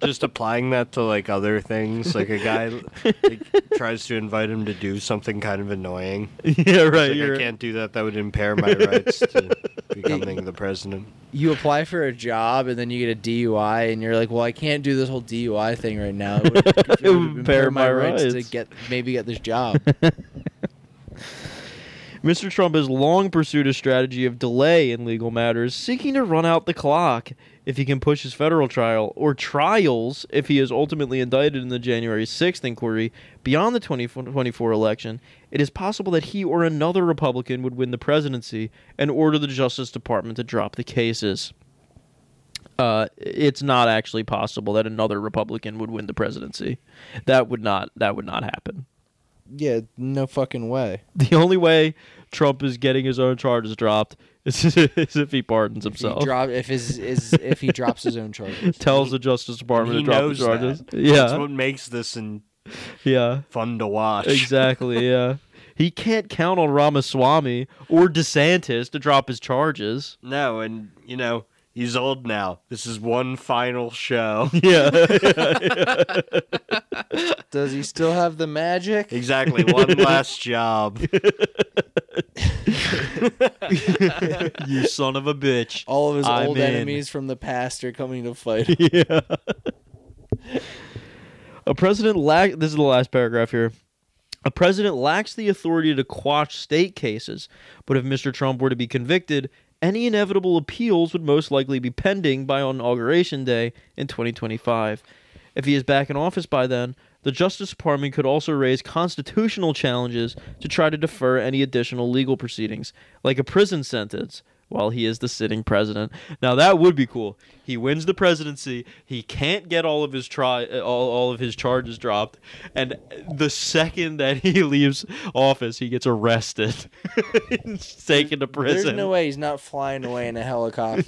Speaker 3: just applying that to like other things like a guy like, tries to invite him to do something kind of annoying
Speaker 1: Yeah, right.
Speaker 3: like,
Speaker 1: you're
Speaker 3: i
Speaker 1: right.
Speaker 3: can't do that that would impair my rights to becoming the president
Speaker 2: you apply for a job and then you get a DUI and you're like, well, I can't do this whole DUI thing right now. It would, it
Speaker 1: It
Speaker 2: would
Speaker 1: would impair my
Speaker 2: to
Speaker 1: rights.
Speaker 2: get maybe get this job.
Speaker 1: Mr. Trump has long pursued a strategy of delay in legal matters, seeking to run out the clock if he can push his federal trial or trials if he is ultimately indicted in the January 6th inquiry beyond the 2024 election. It is possible that he or another Republican would win the presidency and order the Justice Department to drop the cases. Uh, it's not actually possible that another Republican would win the presidency. That would not. That would not happen.
Speaker 6: yeah, no fucking way.
Speaker 1: The only way Trump is getting his own charges dropped is, is if he pardons himself.
Speaker 2: He drop if his is if he drops his own charges.
Speaker 1: tells the Justice Department
Speaker 3: he
Speaker 1: to drop the
Speaker 3: knows
Speaker 1: charges.
Speaker 3: that that's
Speaker 1: Yeah.
Speaker 3: what makes this and
Speaker 1: yeah.
Speaker 3: fun to watch
Speaker 1: Exactly. yeah. He can't count on Ramaswamy or DeSantis to drop his charges.
Speaker 3: no and you know he's old now this is one final show
Speaker 1: Yeah.
Speaker 6: Does he still have the magic?
Speaker 3: exactly one last job
Speaker 1: you son of a bitch.
Speaker 6: All of his
Speaker 1: I'm
Speaker 6: old
Speaker 1: in.
Speaker 6: enemies from the past are coming to fight. him.
Speaker 1: yeah. A president lack. This is the last paragraph here. A president lacks the authority to quash state cases, but if Mr. Trump were to be convicted, any inevitable appeals would most likely be pending by inauguration day in 2025. If he is back in office by then, the Justice Department could also raise constitutional challenges to try to defer any additional legal proceedings, like a prison sentence, while he is the sitting president. Now that would be cool. He wins the presidency. He can't get all of his try all, all of his charges dropped, and the second that he leaves office, he gets arrested, He's taken to
Speaker 6: There's
Speaker 1: prison.
Speaker 6: no way Mm. he's not flying away in a helicopter.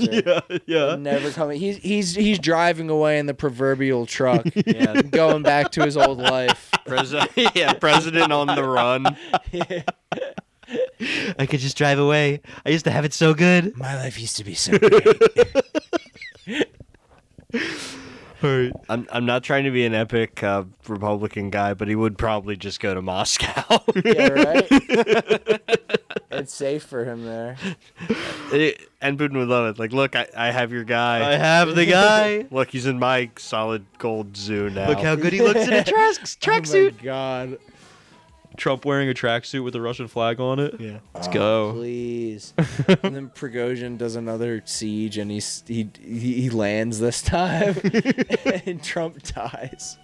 Speaker 1: yeah, yeah.
Speaker 6: Never coming. He's he's he's driving away in the proverbial truck, and going back to his old life.
Speaker 3: president yeah president on the run
Speaker 1: I could just drive away. I used to have it so good.
Speaker 6: My life used to be so.
Speaker 3: I'm, I'm not trying to be an epic uh, republican guy but he would probably just go to moscow
Speaker 6: Yeah, right. it's safe for him there.
Speaker 3: It- and Putin would love it. Like, look, I, I have your guy.
Speaker 1: I have the guy.
Speaker 3: look, he's in my solid gold zoo now.
Speaker 1: Look how good he looks in a tracksuit.
Speaker 6: Oh
Speaker 1: tracksuit.
Speaker 6: my god!
Speaker 1: Trump wearing a tracksuit with a Russian flag on it.
Speaker 3: yeah.
Speaker 6: Oh,
Speaker 1: Let's go.
Speaker 6: Please. and then Prigozhin does another siege, and he's, he he he lands this time, and Trump dies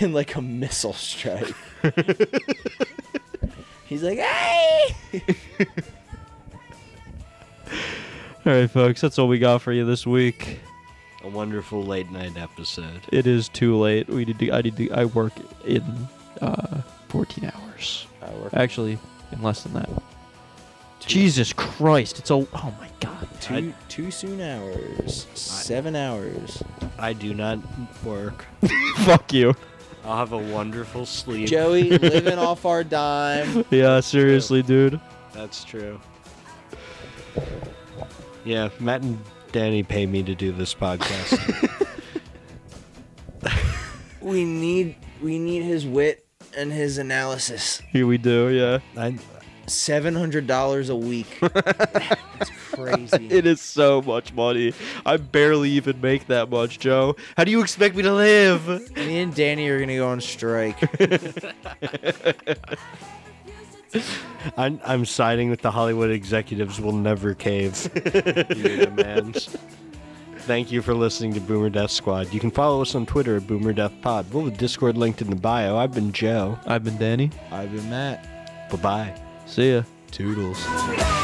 Speaker 6: in like a missile strike. he's like, hey.
Speaker 1: All right, folks, that's all we got for you this week.
Speaker 3: A wonderful late night episode.
Speaker 1: It is too late. We need to. I need to. I work in uh, 14 hours.
Speaker 2: I work
Speaker 1: Actually, in less than that. Jesus Christ! It's a oh my god.
Speaker 2: two two soon hours, seven hours.
Speaker 3: I do not work.
Speaker 1: Fuck you.
Speaker 3: I'll have a wonderful sleep.
Speaker 2: Joey living off our dime.
Speaker 1: Yeah, seriously, dude.
Speaker 3: That's true. Yeah, Matt and Danny pay me to do this podcast.
Speaker 2: We need we need his wit and his analysis.
Speaker 1: Here we do. Yeah,
Speaker 3: I,
Speaker 2: Seven hundred dollars a week. That's crazy.
Speaker 1: it is so much money. I barely even make that much, Joe. How do you expect me to live?
Speaker 2: Me and Danny are gonna go on strike.
Speaker 3: I'm, I'm siding with the Hollywood executives. Will never cave. Your demands. Thank you for listening to Boomer Death Squad. You can follow us on Twitter at Boomer Death Pod. We'll have a Discord linked in the bio. I've been Joe.
Speaker 1: I've been Danny.
Speaker 2: I've been Matt.
Speaker 3: Bye bye.
Speaker 1: See ya.
Speaker 3: Toodles.
Speaker 7: Bye.